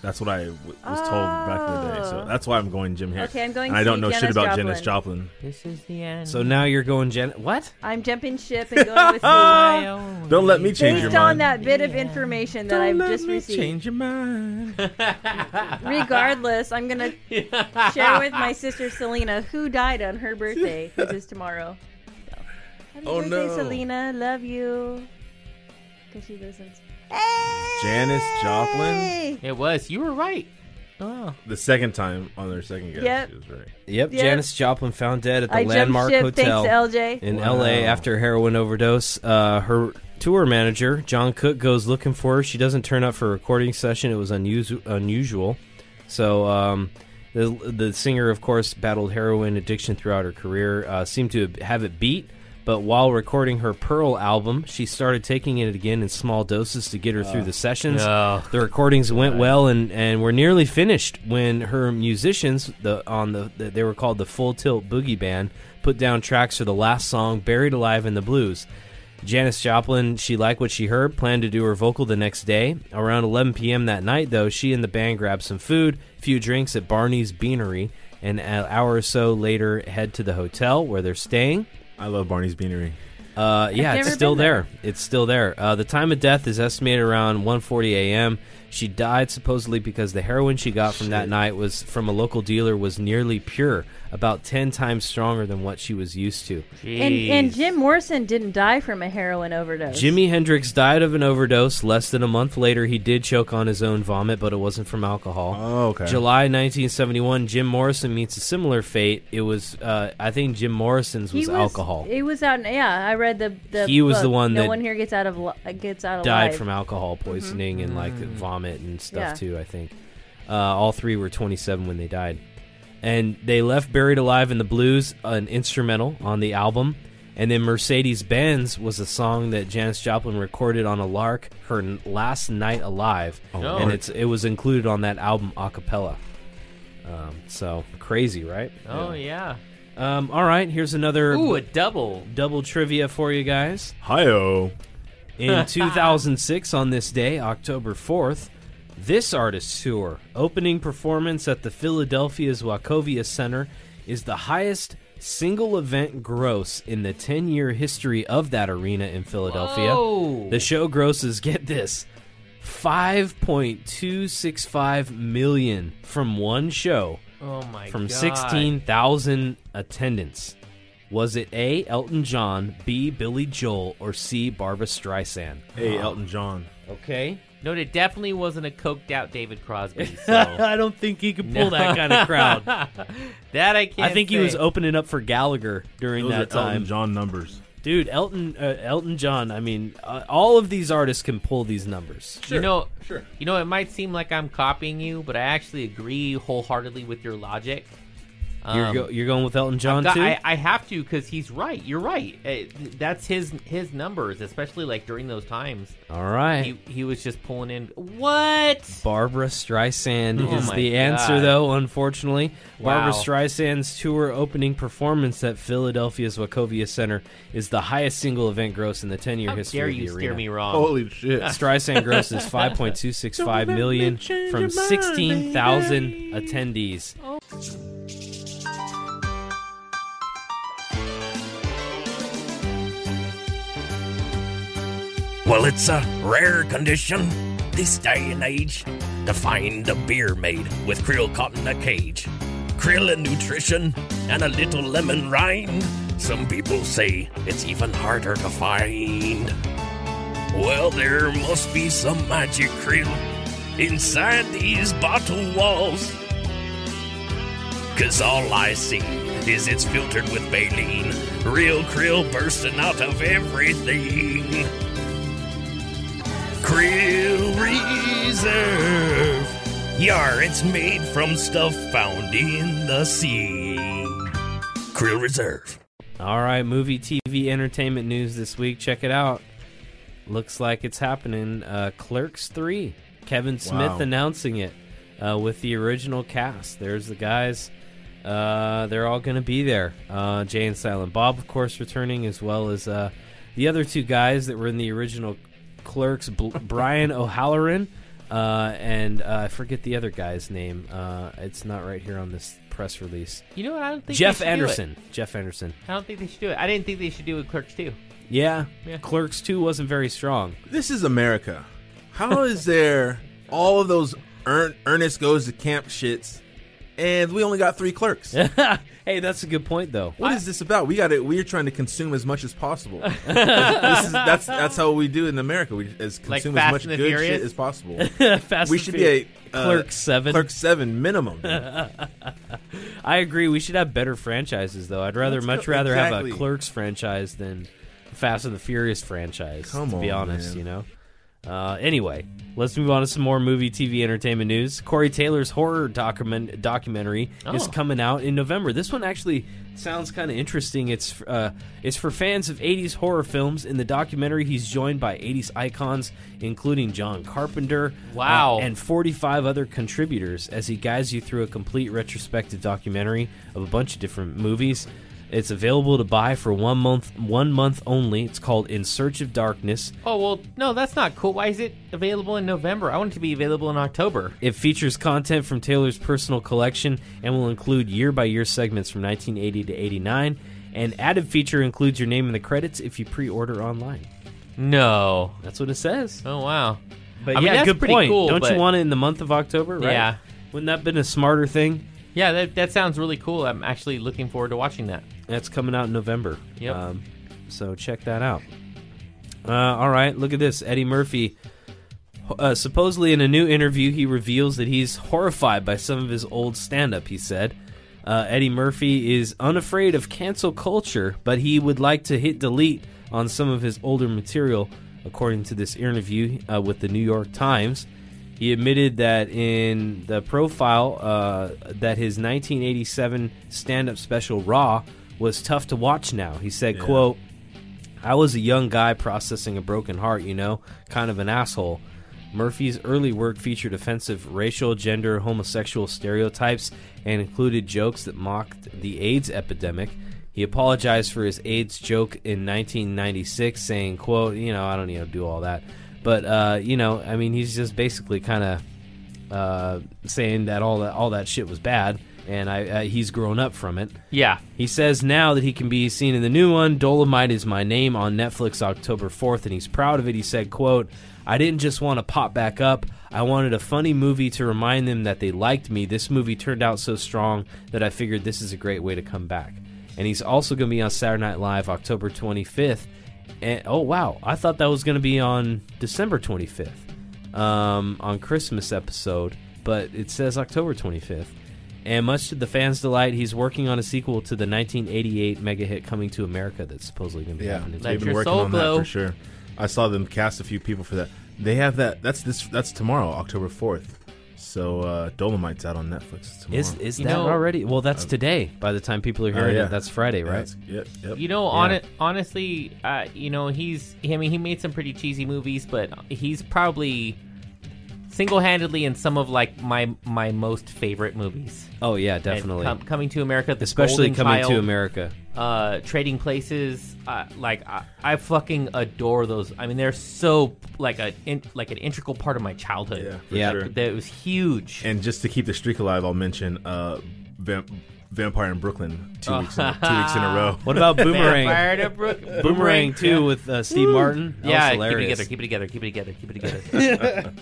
Speaker 6: That's what I w- was told back in the day. So
Speaker 5: Oh.
Speaker 6: that's why I'm going Jim Hendrix.
Speaker 5: Okay, I'm going
Speaker 6: And I don't
Speaker 5: see
Speaker 6: know shit
Speaker 5: Janis
Speaker 6: about Janis Joplin.
Speaker 7: This is the end.
Speaker 4: So now you're going Jan. What?
Speaker 5: I'm jumping ship and going with
Speaker 7: My
Speaker 5: you.
Speaker 7: own
Speaker 6: Don't let me
Speaker 7: way.
Speaker 6: change your
Speaker 5: Based on
Speaker 6: mind.
Speaker 5: that bit of information that I've just received.
Speaker 6: your mind.
Speaker 5: Regardless, I'm gonna share with my sister Selena, who died on her birthday, which is tomorrow. So, Happy
Speaker 6: Oh,
Speaker 5: birthday,
Speaker 6: no.
Speaker 5: Selena. Love you. Because she listens.
Speaker 6: Janis Joplin.
Speaker 5: Hey!
Speaker 7: It was. You were right. Oh.
Speaker 6: The second time on their second guess,
Speaker 5: Yep.
Speaker 6: she was right.
Speaker 4: Yep,
Speaker 5: Yep.
Speaker 4: Janice Joplin found dead at the
Speaker 5: I
Speaker 4: Landmark
Speaker 5: jumped ship.
Speaker 4: Hotel
Speaker 5: Thanks, LJ.
Speaker 4: in
Speaker 6: Wow.
Speaker 4: LA after a heroin overdose. Uh, her tour manager, John Cook, goes looking for her. She doesn't turn up for a recording session. It was unus- unusual. So um, the, the singer, of course, battled heroin addiction throughout her career, uh, seemed to have it beat. But while recording her Pearl album, she started taking it again in small doses to get her through the sessions.
Speaker 7: No.
Speaker 4: The recordings went well and, and were nearly finished when her musicians, the on the, the they were called the Full Tilt Boogie Band, put down tracks for the last song, "Buried Alive in the Blues." Janis Joplin, she liked what she heard, planned to do her vocal the next day. Around 11 p.m. that night, though, she and the band grabbed some food, few drinks at Barney's Beanery, and an hour or so later head to the hotel where they're staying.
Speaker 6: I love Barney's Beanery.
Speaker 4: Uh, yeah, it's
Speaker 5: never
Speaker 4: still
Speaker 5: been
Speaker 4: there. It's still there. Uh, the time of death is estimated around 1:40 a.m. She died supposedly because the heroin she got from that night was from a local dealer was nearly pure, about ten times stronger than what she was used to.
Speaker 5: And, and
Speaker 7: Jeez.
Speaker 5: Jim Morrison didn't die from a heroin overdose.
Speaker 4: Jimi Hendrix died of an overdose. Less than a month later, he did choke on his own vomit, but it wasn't from alcohol.
Speaker 6: Oh, okay.
Speaker 4: July 1971, Jim Morrison meets a similar fate. It was, uh, I think, Jim Morrison's
Speaker 5: He
Speaker 4: was, alcohol.
Speaker 5: It was out. Yeah, I read the. the
Speaker 4: He was
Speaker 5: book.
Speaker 4: the one
Speaker 5: No
Speaker 4: that
Speaker 5: one here gets out of li- gets out
Speaker 4: died
Speaker 5: alive. Mm-hmm.
Speaker 4: from alcohol poisoning and like
Speaker 7: Mm.
Speaker 4: vomit and stuff
Speaker 5: Yeah.
Speaker 4: too. I think uh, all three were 27 when they died, and they left "Buried Alive in the Blues" an instrumental on the album, and then "Mercedes Benz" was a song that Janis Joplin recorded on a lark her n- last night alive,
Speaker 7: Oh.
Speaker 4: and it's it was included on that album a cappella. Um, so crazy, right?
Speaker 7: Oh, yeah.
Speaker 4: Um, all right, here's another
Speaker 7: Ooh, a double.
Speaker 4: double trivia for you guys.
Speaker 6: Hi-oh.
Speaker 4: In 2006, on this day, October 4th, this artist's tour, opening performance at the Philadelphia's Wachovia Center, is the highest single event gross in the 10 year history of that arena in Philadelphia.
Speaker 7: Whoa.
Speaker 4: The show grosses, get this, 5.265 million from one show
Speaker 7: Oh my
Speaker 4: from
Speaker 7: god.
Speaker 4: 16,000 attendants. Was it A. Elton John, B. Billy Joel, or C. Barbara Streisand?
Speaker 6: Hey, Elton John.
Speaker 4: Okay.
Speaker 7: No, it definitely wasn't a coked out David Crosby. So
Speaker 4: I don't think he could
Speaker 7: No.
Speaker 4: pull that kind of crowd.
Speaker 7: that I can't.
Speaker 4: I think he was
Speaker 7: say.
Speaker 4: opening up for Gallagher during
Speaker 6: Those are
Speaker 4: that
Speaker 6: Elton
Speaker 4: time.
Speaker 6: John numbers.
Speaker 4: Dude, Elton uh, Elton John, I mean, uh, all of these artists can pull these numbers.
Speaker 7: You know, sure. You know, it might seem like I'm copying you, but I actually agree wholeheartedly with your logic.
Speaker 4: you're,
Speaker 7: Um,
Speaker 4: go- you're going with Elton
Speaker 7: I've
Speaker 4: John
Speaker 7: got-
Speaker 4: too?
Speaker 7: I, I have to because he's right. You're right. Uh, th- that's his his numbers, especially like during those times.
Speaker 4: all right.
Speaker 7: He he was just pulling in. What?
Speaker 4: Barbara Streisand
Speaker 7: Oh
Speaker 4: is
Speaker 7: my
Speaker 4: the answer,
Speaker 7: God.
Speaker 4: though, unfortunately. Barbara
Speaker 7: Wow.
Speaker 4: Streisand's tour opening performance at Philadelphia's Wachovia Center is the highest single event gross in the 10 year
Speaker 7: How
Speaker 4: history
Speaker 7: dare
Speaker 4: of the
Speaker 7: you steer
Speaker 4: arena.
Speaker 7: me wrong?
Speaker 9: Holy shit.
Speaker 7: Ah.
Speaker 4: Streisand grosses 5.265 million from 16,000 attendees.
Speaker 1: Well, it's a rare condition this day and age to find a beer made with krill caught in a cage. Krill and nutrition and a little lemon rind. Some people say it's even harder to find. Well, there must be some magic krill inside these bottle walls. Cause all I see is it's filtered with baleen. Real krill bursting out of everything. Krill Reserve. Yar, it's made from stuff found in the sea. Krill Reserve.
Speaker 4: All right, movie, TV, entertainment news this week. Check it out. Looks like it's happening. Uh, Clerks 3. Kevin Smith
Speaker 6: Wow.
Speaker 4: announcing it uh, with the original cast. There's the guys. Uh, they're all going to be there. Uh, Jay and Silent Bob, of course, returning, as well as uh, the other two guys that were in the original Clerks Bl- Brian O'Halloran. Uh, and uh, I forget the other guy's name. Uh, it's not right here on this press release.
Speaker 7: You know what? I don't think
Speaker 4: Jeff
Speaker 7: they should do it.
Speaker 4: Anderson. Jeff Anderson.
Speaker 7: I don't think they should do it. I didn't think they should do it with Clerks too.
Speaker 4: Yeah.
Speaker 7: Yeah.
Speaker 4: Clerks 2 wasn't very strong.
Speaker 9: This is America. How is there all of those Ern- Ernest goes to camp shits, and we only got three clerks?
Speaker 4: hey, that's a good point, though.
Speaker 9: What is this about? We got it. We're trying to consume as much as possible. this is, that's that's how we do it in America. We as
Speaker 7: Like
Speaker 9: consume
Speaker 7: Fast
Speaker 9: as much
Speaker 7: and the
Speaker 9: good
Speaker 7: Furious?
Speaker 9: shit as possible.
Speaker 4: Fast
Speaker 9: we
Speaker 4: and
Speaker 9: should be
Speaker 4: Furious.
Speaker 9: a uh,
Speaker 4: Clerk 7.
Speaker 9: Clerk seven minimum.
Speaker 4: I agree. We should have better franchises, though. I'd rather,
Speaker 9: Let's
Speaker 4: much
Speaker 9: go-
Speaker 4: rather have a
Speaker 9: exactly.
Speaker 4: Clerks franchise than Fast and the Furious franchise.
Speaker 9: Come
Speaker 4: to be
Speaker 9: on,
Speaker 4: honest,
Speaker 9: man.
Speaker 4: you know. Uh, anyway, let's move on to some more movie, TV, entertainment news. Corey Taylor's horror document documentary is
Speaker 7: Oh.
Speaker 4: coming out in November. This one actually sounds kind of interesting. It's uh, it's for fans of '80s horror films. In the documentary, he's joined by '80s icons, including John Carpenter,
Speaker 7: Wow.
Speaker 4: uh, and 45 other contributors as he guides you through a complete retrospective documentary of a bunch of different movies. It's available to buy for one month, one month only. It's called In Search of Darkness.
Speaker 7: Oh well, no, that's not cool. Why is it available in November? I want it to be available in October.
Speaker 4: It features content from Taylor's personal collection and will include year by year segments from 1980 to 89. An added feature includes your name in the credits if you pre order online.
Speaker 7: No.
Speaker 4: That's what it says.
Speaker 7: Oh wow.
Speaker 4: But
Speaker 7: I mean,
Speaker 4: yeah,
Speaker 7: that's
Speaker 4: good
Speaker 7: pretty
Speaker 4: point.
Speaker 7: cool,
Speaker 4: Don't you
Speaker 7: but-
Speaker 4: want it in the month of October, right?
Speaker 7: Yeah.
Speaker 4: Wouldn't that have been a smarter thing?
Speaker 7: Yeah, that that sounds really cool. I'm actually looking forward to watching that.
Speaker 4: That's coming out in November. Um,
Speaker 7: Yep.
Speaker 4: so check that out. Uh, all right, look at this. Eddie Murphy. Uh, supposedly, in a new interview, he reveals that he's horrified by some of his old stand up, he said. Uh, Eddie Murphy is unafraid of cancel culture, but he would like to hit delete on some of his older material, according to this interview uh, with the New York Times. He admitted that in the profile uh, that his 1987 stand-up special Raw was tough to watch now. He said, "quote I was a young guy processing a broken heart, you know, kind of an asshole." Murphy's early work featured offensive racial, gender, homosexual stereotypes and included jokes that mocked the AIDS epidemic. He apologized for his AIDS joke in 1996, saying, "quote You know, I don't need to do all that." But uh, you know, I mean, he's just basically kind of uh, saying that all that all that shit was bad, and I uh, he's grown up from it.
Speaker 7: Yeah.
Speaker 4: He says now that he can be seen in the new one, Dolomite is my name on Netflix October 4th and he's proud of it. He said, quote, I didn't just want to pop back up. I wanted a funny movie to remind them that they liked me. This movie turned out so strong that I figured this is a great way to come back. And he's also going to be on Saturday Night Live October 25th. And oh wow, I thought that was going to be on December 25th, um, on Christmas episode, but it says October 25th. And much to the fans' delight, he's working on a sequel to the 1988 mega hit "Coming to America" that's supposedly going to be
Speaker 6: Yeah,
Speaker 4: happening.
Speaker 7: Let
Speaker 6: they've been
Speaker 7: your
Speaker 6: working
Speaker 7: soul
Speaker 6: on
Speaker 7: glow.
Speaker 6: that for sure. I saw them cast a few people for that. They have that. That's this. That's tomorrow, October fourth. So uh, Dolomite's out on Netflix tomorrow.
Speaker 4: Is is
Speaker 7: You
Speaker 4: that
Speaker 7: know-
Speaker 4: already? Well, that's today. By the time people are
Speaker 6: uh, Oh,
Speaker 4: hearing
Speaker 6: yeah.
Speaker 4: it, that's Friday, right?
Speaker 6: That's- Yep. Yep.
Speaker 7: You know, hon- honestly, uh, you know, he's. I mean, he made some pretty cheesy movies, but he's probably single-handedly in some of like my my most favorite movies.
Speaker 4: oh yeah,
Speaker 7: And
Speaker 4: definitely.
Speaker 7: Com- coming to America, the
Speaker 4: Especially
Speaker 7: Golden
Speaker 4: coming to
Speaker 7: Child,
Speaker 4: America.
Speaker 7: uh, Trading Places. Uh, like I, I fucking adore those. I mean, they're so like a in, like an integral part of my childhood.
Speaker 6: Yeah. For
Speaker 4: Yeah.
Speaker 6: Sure.
Speaker 7: That was huge.
Speaker 6: And just to keep the streak alive, I'll mention uh, Vamp- Vampire in Brooklyn two weeks in, two weeks in a row.
Speaker 4: What about Boomerang?
Speaker 7: Vampire to Brook-
Speaker 4: Boomerang too
Speaker 7: Yeah.
Speaker 4: with uh, Steve Martin. That was
Speaker 7: Yeah, keep it
Speaker 4: hilarious.
Speaker 7: together, keep it together, keep it together, keep it together.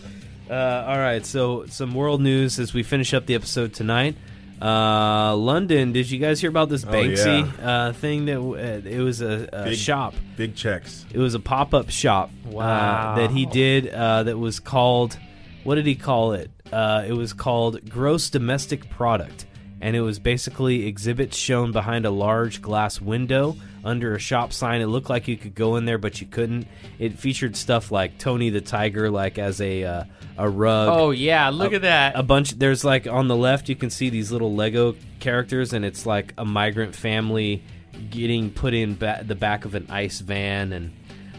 Speaker 4: Uh, all right, so some world news as we finish up the episode tonight. Uh, London, did you guys hear about this Banksy uh, thing? That w- uh, it was a, a
Speaker 6: Big-
Speaker 4: shop.
Speaker 6: Big checks.
Speaker 4: It was a pop up shop. uh,
Speaker 7: Wow.
Speaker 4: that he did uh, that was called. What did he call it? Uh, it was called gross domestic product, and it was basically exhibits shown behind a large glass window under a shop sign. It looked like you could go in there, but you couldn't. It featured stuff like Tony the Tiger, like as a uh, a rug
Speaker 7: oh yeah, look
Speaker 4: a-
Speaker 7: at that.
Speaker 4: a bunch there's like on the left you can see these little lego characters and it's like a migrant family getting put in ba- the back of an ice van and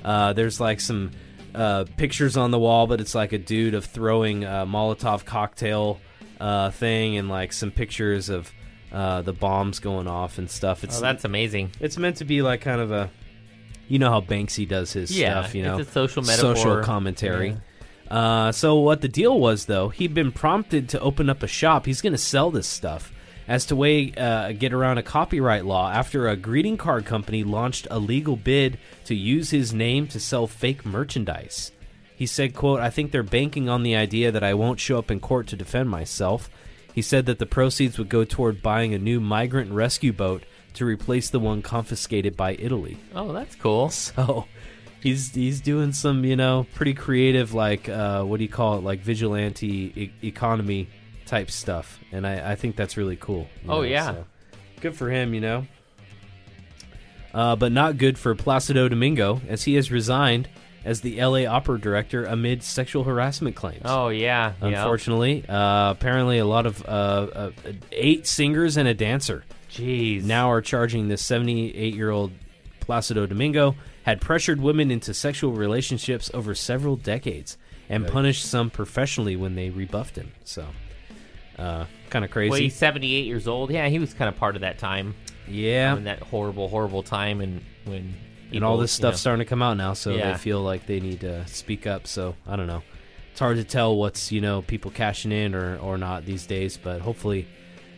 Speaker 4: uh, there's like some uh, pictures on the wall but it's like a dude of throwing a molotov cocktail uh, thing and like some pictures of uh, the bombs going off and stuff it's
Speaker 7: oh, that's amazing.
Speaker 4: it's meant to be like kind of a you know how banksy does his
Speaker 7: Yeah,
Speaker 4: stuff you know
Speaker 7: it's a social metaphor.
Speaker 4: social commentary uh, so what the deal was though he'd been prompted to open up a shop he's going to sell this stuff as to way uh, get around a copyright law after a greeting card company launched a legal bid to use his name to sell fake merchandise he said quote i think they're banking on the idea that i won't show up in court to defend myself he said that the proceeds would go toward buying a new migrant rescue boat to replace the one confiscated by italy
Speaker 7: Oh, that's cool.
Speaker 4: so Oh, he's he's doing some you know pretty creative like uh, what do you call it like vigilante e- economy type stuff, and I, I think that's really cool. you
Speaker 7: Oh,
Speaker 4: know,
Speaker 7: yeah.
Speaker 4: so. good for him, you know. Uh, but not good for Placido Domingo as he has resigned as the L.A. opera director amid sexual harassment claims
Speaker 7: Oh yeah, yeah.
Speaker 4: unfortunately. Uh, apparently, a lot of uh, uh, eight singers and a dancer. Jeez. Now are charging this 78 year old Placido Domingo had pressured women into sexual relationships over several decades and punished some professionally when they rebuffed him. So, uh, kind of crazy.
Speaker 7: Well, he's 78 years old. Yeah, he was kind of part of that time,
Speaker 4: yeah.
Speaker 7: in that horrible, horrible time, and when
Speaker 4: and all
Speaker 7: people,
Speaker 4: this
Speaker 7: you
Speaker 4: stuff's
Speaker 7: know-
Speaker 4: starting to come out now, so
Speaker 7: Yeah.
Speaker 4: they feel like they need to speak up. So I don't know. It's hard to tell what's you know people cashing in or or not these days, but hopefully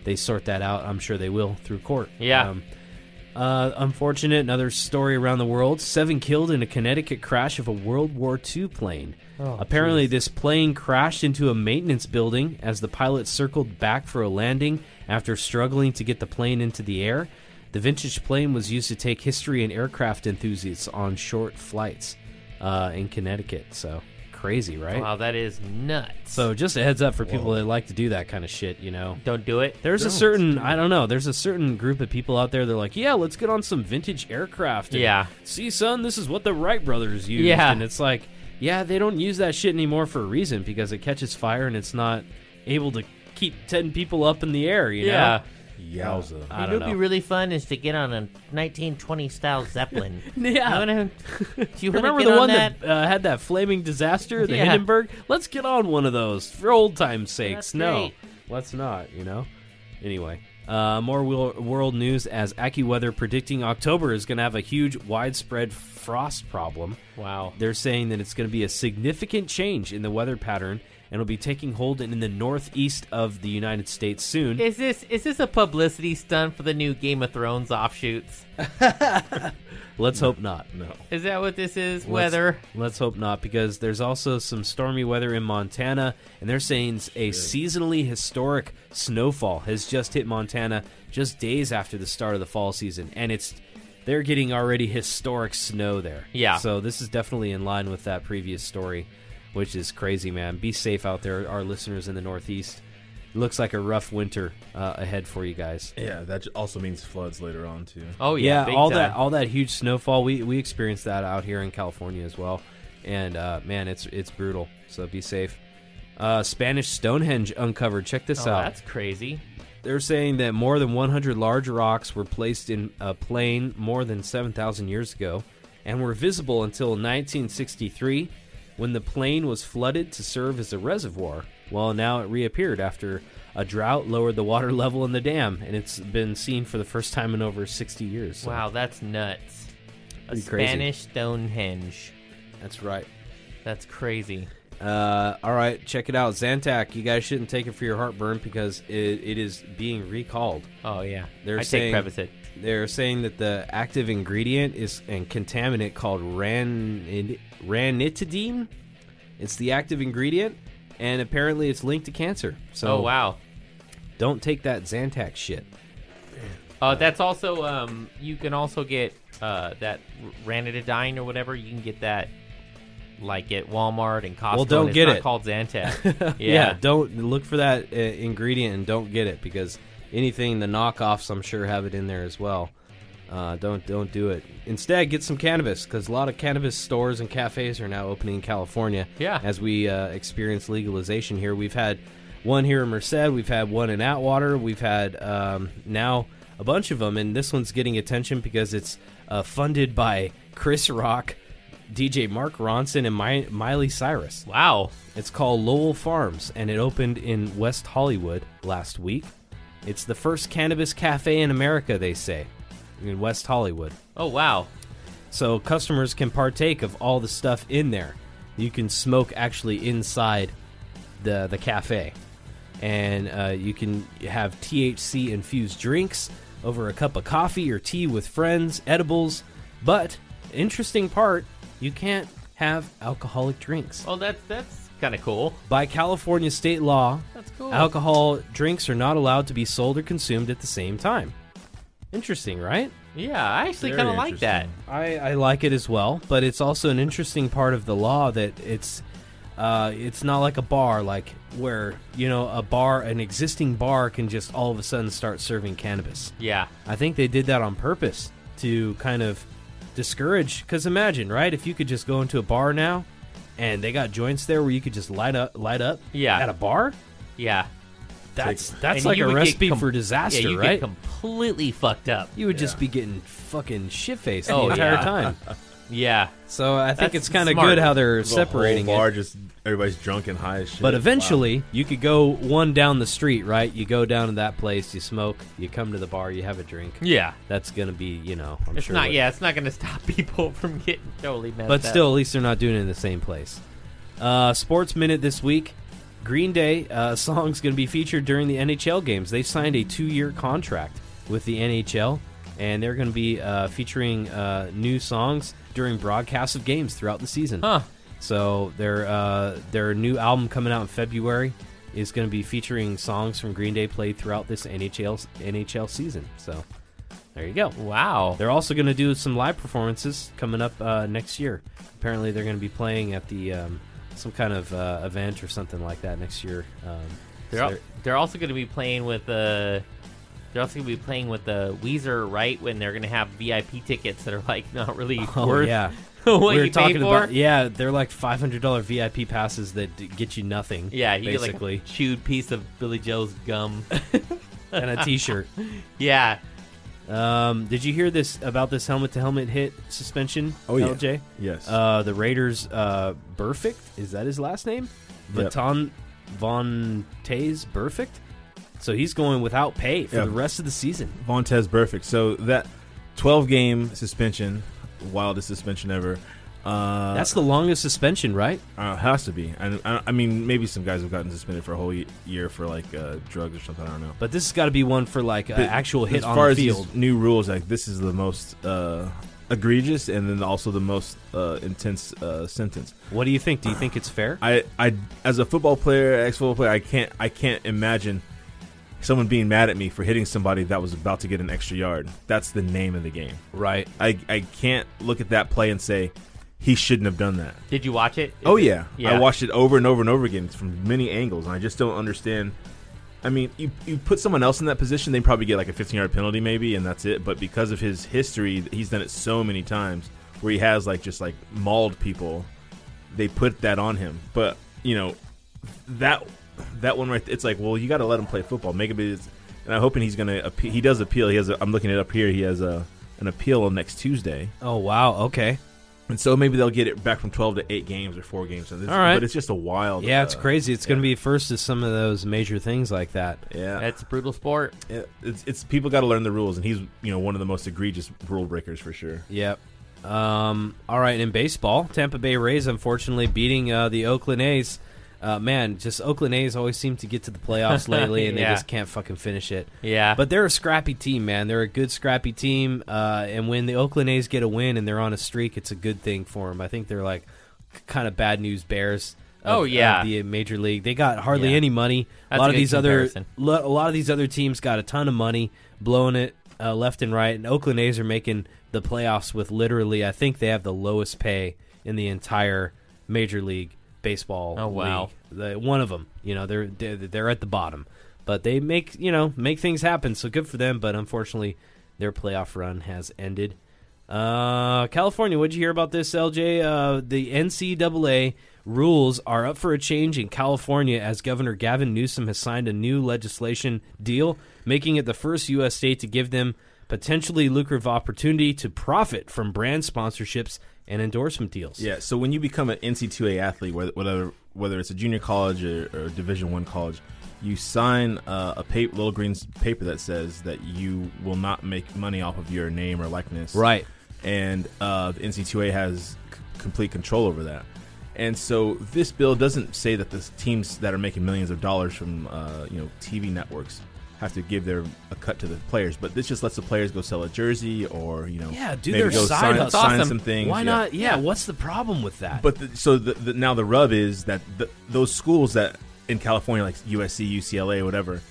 Speaker 4: they sort that out. I'm sure they will through court. Um,
Speaker 7: Yeah.
Speaker 4: uh, unfortunate, another story around the world. Seven killed in a Connecticut crash of a World War II plane. Apparently, this plane crashed into a maintenance building as the pilot circled back for a landing after struggling to get the plane into the air. The vintage plane was used to take history and aircraft enthusiasts on short flights uh, in Connecticut. So crazy, right?
Speaker 7: Wow, that is nuts.
Speaker 4: So just a heads up for people that like to do that kind of shit, you know.
Speaker 7: don't do it.
Speaker 4: There's a certain I don't know. There's a certain group of people out there. They're like, yeah, let's get on some vintage aircraft. and
Speaker 7: Yeah.
Speaker 4: see, son, this is what the Wright brothers used.
Speaker 7: Yeah.
Speaker 4: and it's like, yeah, they don't use that shit anymore for a reason because it catches fire and it's not able to keep ten people up in the air. You
Speaker 7: yeah.
Speaker 6: Yowza.
Speaker 4: know, I
Speaker 7: It
Speaker 4: don't
Speaker 7: would be
Speaker 4: know.
Speaker 7: really fun is to get on a 1920 style Zeppelin.
Speaker 4: Yeah.
Speaker 7: You wanna- do you wanna
Speaker 4: Remember
Speaker 7: get
Speaker 4: the
Speaker 7: on
Speaker 4: one
Speaker 7: that?
Speaker 4: that, uh, had that flaming disaster, the
Speaker 7: Yeah.
Speaker 4: Hindenburg? Let's get on one of those for old times' sakes.
Speaker 7: That's
Speaker 4: no,
Speaker 7: great.
Speaker 4: let's not. You know. Anyway, uh, more wo- world news as AccuWeather predicting October is going to have a huge, widespread frost problem.
Speaker 7: Wow.
Speaker 4: They're saying that it's going to be a significant change in the weather pattern and will be taking hold in the northeast of the United States soon.
Speaker 7: Is this is this a publicity stunt for the new Game of Thrones offshoots?
Speaker 4: Let's hope not.
Speaker 6: No.
Speaker 7: Is that what this is?
Speaker 4: Let's-
Speaker 7: Weather?
Speaker 4: Let's hope not, because there's also some stormy weather in Montana, and they're saying a seasonally historic snowfall has just hit Montana just days after the start of the fall season, and it's they're getting already historic snow there.
Speaker 7: Yeah.
Speaker 4: So this is definitely in line with that previous story, which is crazy, man. Be safe out there, our listeners in the Northeast. looks like a rough winter uh, ahead for you guys.
Speaker 6: Yeah, that j- also means floods later on too.
Speaker 7: Oh yeah,
Speaker 4: Yeah,
Speaker 7: big
Speaker 4: all
Speaker 7: time.
Speaker 4: that all that huge snowfall. We we experienced that out here in California as well, and uh, man, it's it's brutal. So be safe. Uh, Spanish Stonehenge uncovered. Check this
Speaker 7: Oh,
Speaker 4: out.
Speaker 7: that's crazy.
Speaker 4: They're saying that more than 100 large rocks were placed in a plain more than 7,000 years ago, and were visible until 1963, when the plain was flooded to serve as a reservoir. Well, now it reappeared after a drought lowered the water level in the dam, and it's been seen for the first time in over 60 years. so-
Speaker 7: Wow, that's nuts. A
Speaker 4: Pretty crazy.
Speaker 7: Spanish Stonehenge.
Speaker 4: That's right.
Speaker 7: That's crazy.
Speaker 4: Uh, all right, check it out. Zantac, you guys shouldn't take it for your heartburn because it, it is being recalled.
Speaker 7: Oh yeah,
Speaker 4: They're
Speaker 7: I
Speaker 4: saying
Speaker 7: take Prevacid.
Speaker 4: they're saying that the active ingredient is and contaminant called ran ranitidine. It's the active ingredient, and apparently it's linked to cancer. So
Speaker 7: Oh wow.
Speaker 4: don't take that Zantac shit.
Speaker 7: Uh, that's also um, you can also get uh, that r- ranitidine or whatever. You can get that like at Walmart and Costco.
Speaker 4: Well, don't
Speaker 7: and it's
Speaker 4: get
Speaker 7: not
Speaker 4: it.
Speaker 7: Called Zantac. yeah.
Speaker 4: don't look for that uh, ingredient and don't get it because anything the knockoffs I'm sure have it in there as well. Uh, don't don't do it. Instead, get some cannabis because a lot of cannabis stores and cafes are now opening in California.
Speaker 7: Yeah.
Speaker 4: as we uh, experience legalization here, we've had one here in Merced, we've had one in Atwater, we've had um, now a bunch of them, and this one's getting attention because it's uh, funded by Chris Rock, DJ Mark Ronson, and Mi- Miley Cyrus.
Speaker 7: Wow.
Speaker 4: It's called Lowell Farms, and it opened in West Hollywood last week. It's the first cannabis cafe in America, they say, in West Hollywood.
Speaker 7: Oh wow.
Speaker 4: So customers can partake of all the stuff in there. You can smoke actually inside the the cafe, and uh, you can have THC infused drinks over a cup of coffee or tea with friends, edibles. But interesting part, you can't have alcoholic drinks.
Speaker 7: Oh, that's that's kind of cool.
Speaker 4: By California state law,
Speaker 7: That's cool.
Speaker 4: alcohol drinks are not allowed to be sold or consumed at the same time. Interesting, right?
Speaker 7: Yeah, I actually
Speaker 6: Very
Speaker 7: kind of like that.
Speaker 4: I, I like it as well, but it's also an interesting part of the law that it's uh, it's not like a bar, like where you know a bar, an existing bar can just all of a sudden start serving cannabis.
Speaker 7: Yeah.
Speaker 4: I think they did that on purpose to kind of discourage. Because imagine, right? If you could just go into a bar now, and they got joints there where you could just light up, light up,
Speaker 7: Yeah.
Speaker 4: at a bar.
Speaker 7: Yeah.
Speaker 4: That's
Speaker 7: And
Speaker 4: that's like
Speaker 7: you
Speaker 4: a
Speaker 7: would get
Speaker 4: recipe
Speaker 7: com-
Speaker 4: for disaster,
Speaker 7: yeah, you
Speaker 4: right?
Speaker 7: Get completely fucked up.
Speaker 4: you would just be getting fucking shit faced
Speaker 7: Oh,
Speaker 4: the entire
Speaker 7: yeah.
Speaker 4: time.
Speaker 7: Yeah.
Speaker 4: So I think
Speaker 7: That's
Speaker 4: it's kind of
Speaker 7: smart.
Speaker 4: good how they're
Speaker 6: The
Speaker 4: separating
Speaker 6: whole bar
Speaker 4: it.
Speaker 6: just everybody's drunk and high as shit.
Speaker 4: But eventually, you could go one down the street, right? You go down to that place, you smoke, you come to the bar, you have a drink.
Speaker 7: Yeah.
Speaker 4: That's gonna be, you know, I'm
Speaker 7: It's
Speaker 4: sure.
Speaker 7: not.
Speaker 4: what-
Speaker 7: Yeah, it's not going to stop people from getting totally messed up.
Speaker 4: But still, at least they're not doing it in the same place. Uh, Sports Minute this week. Green Day uh, song's going to be featured during the NHL games. They signed a two-year contract with the NHL, and they're going to be uh, featuring uh, new songs during broadcasts of games throughout the season.
Speaker 7: Huh.
Speaker 4: So their uh, their new album coming out in February is going to be featuring songs from Green Day played throughout this NHL NHL season. So there you go.
Speaker 7: Wow.
Speaker 4: They're also going to do some live performances coming up uh, next year. Apparently, they're going to be playing at the um, some kind of uh, event or something like that next year. Um, so
Speaker 7: They're, al- they're also going to be playing with the. They're also going to be playing with the Weezer, right? When they're going to have VIP tickets that are like not really
Speaker 4: oh
Speaker 7: worth
Speaker 4: yeah,
Speaker 7: what
Speaker 4: we were
Speaker 7: you
Speaker 4: talking
Speaker 7: pay for.
Speaker 4: about yeah, they're like five hundred dollar VIP passes that d- get you nothing.
Speaker 7: yeah, you
Speaker 4: basically,
Speaker 7: get like a chewed piece of Billy Joe's gum.
Speaker 4: and a T-shirt.
Speaker 7: yeah,
Speaker 4: Um, did you hear this about this helmet to helmet hit suspension?
Speaker 6: Oh, yeah.
Speaker 4: LJ.
Speaker 6: yes,
Speaker 4: Uh, the Raiders, uh, Burfict is that his last name?
Speaker 6: Yep.
Speaker 4: Vatan Von Tays Burfict. So he's going without pay for
Speaker 6: Yeah.
Speaker 4: the rest of the season.
Speaker 6: Vontez perfect. So that twelve game suspension, wildest suspension ever. Uh,
Speaker 4: That's the longest suspension, right?
Speaker 6: uh, has to be. And I, I mean, maybe some guys have gotten suspended for a whole y- year for like uh, drugs or something. I don't know.
Speaker 4: But this has got to be one for like an
Speaker 6: But
Speaker 4: actual hit
Speaker 6: as
Speaker 4: on
Speaker 6: far
Speaker 4: the
Speaker 6: as these
Speaker 4: field.
Speaker 6: new rules, like this is the most uh, egregious and then also the most uh, intense uh, sentence.
Speaker 4: What do you think? Do you think it's fair?
Speaker 6: I, I as a football player, ex football player, I can't I can't imagine someone being mad at me for hitting somebody that was about to get an extra yard. That's the name of the game.
Speaker 4: right.
Speaker 6: I I can't look at that play and say he shouldn't have done that.
Speaker 7: Did you watch it? Is
Speaker 6: Oh
Speaker 7: it-
Speaker 6: yeah.
Speaker 7: yeah.
Speaker 6: I watched it over and over and over again from many angles, and I just don't understand. I mean, you, you put someone else in that position, they probably get like a 15 yard penalty, maybe, and that's it. But because of his history, he's done it so many times where he has like just like mauled people. They put that on him, but you know that that one right. It's like, well, you got to let him play football. Make it. be- And I'm hoping he's gonna. Appeal. He does appeal. He has. A, I'm looking it up here. He has a an appeal on next Tuesday.
Speaker 4: Oh wow. Okay.
Speaker 6: And so maybe they'll get it back from 12 to 8 games or 4 games. So this,
Speaker 4: All right.
Speaker 6: But it's just a wild.
Speaker 4: Yeah, it's
Speaker 6: uh,
Speaker 4: crazy. It's going to
Speaker 6: yeah.
Speaker 4: be first to some of those major things like that.
Speaker 6: Yeah.
Speaker 7: That's a brutal sport.
Speaker 6: It- it's, it's people got to learn the rules and he's, you know, one of the most egregious rule breakers for sure.
Speaker 4: Yep. Um, all right, in baseball, Tampa Bay Rays unfortunately beating uh, the Oakland A's. Uh, man, just Oakland A's always seem to get to the playoffs lately, and they
Speaker 7: Yeah.
Speaker 4: just can't fucking finish it.
Speaker 7: Yeah.
Speaker 4: But they're a scrappy team, man. They're a good scrappy team, uh, and when the Oakland A's get a win and they're on a streak, it's a good thing for them. I think they're like kind of bad news bears. of-
Speaker 7: Oh, yeah.
Speaker 4: of the major league. They got hardly
Speaker 7: Yeah.
Speaker 4: any money.
Speaker 7: That's
Speaker 4: a lot
Speaker 7: a
Speaker 4: of
Speaker 7: good
Speaker 4: these
Speaker 7: comparison.
Speaker 4: other lo- a lot of these other teams got a ton of money, blowing it uh, left and right, and Oakland A's are making the playoffs with literally, I think they have the lowest pay in the entire Major League Baseball.
Speaker 7: Oh, wow.
Speaker 4: league. The, one of them, you know, they're, they're they're at the bottom, but they make you know make things happen. So good for them, but unfortunately, their playoff run has ended. Uh, California, what'd you hear about this, LJ? Uh, the NCAA rules are up for a change in California as Governor Gavin Newsom has signed a new legislation deal, making it the first U.S. state to give them potentially lucrative opportunity to profit from brand sponsorships and endorsement deals.
Speaker 6: Yeah. So when you become an NC2A athlete, whether whether, whether it's a junior college or, or Division One college, you sign uh, a paper, little green s- paper that says that you will not make money off of your name or likeness.
Speaker 4: Right.
Speaker 6: and uh, the NC2A has c- complete control over that. And so this bill doesn't say that the s- teams that are making millions of dollars from uh, you know TV networks have to give their a cut to the players, but this just lets the players go sell a jersey or you know
Speaker 4: Yeah, do
Speaker 6: maybe
Speaker 4: their
Speaker 6: go
Speaker 4: side
Speaker 6: sign,
Speaker 4: hustle.
Speaker 6: sign
Speaker 7: Awesome.
Speaker 6: some things.
Speaker 4: Why
Speaker 6: yeah.
Speaker 4: not? Yeah, what's the problem with that?
Speaker 6: But the, so the, the, now the rub is that the, those schools that in California, like USC, UCLA, whatever,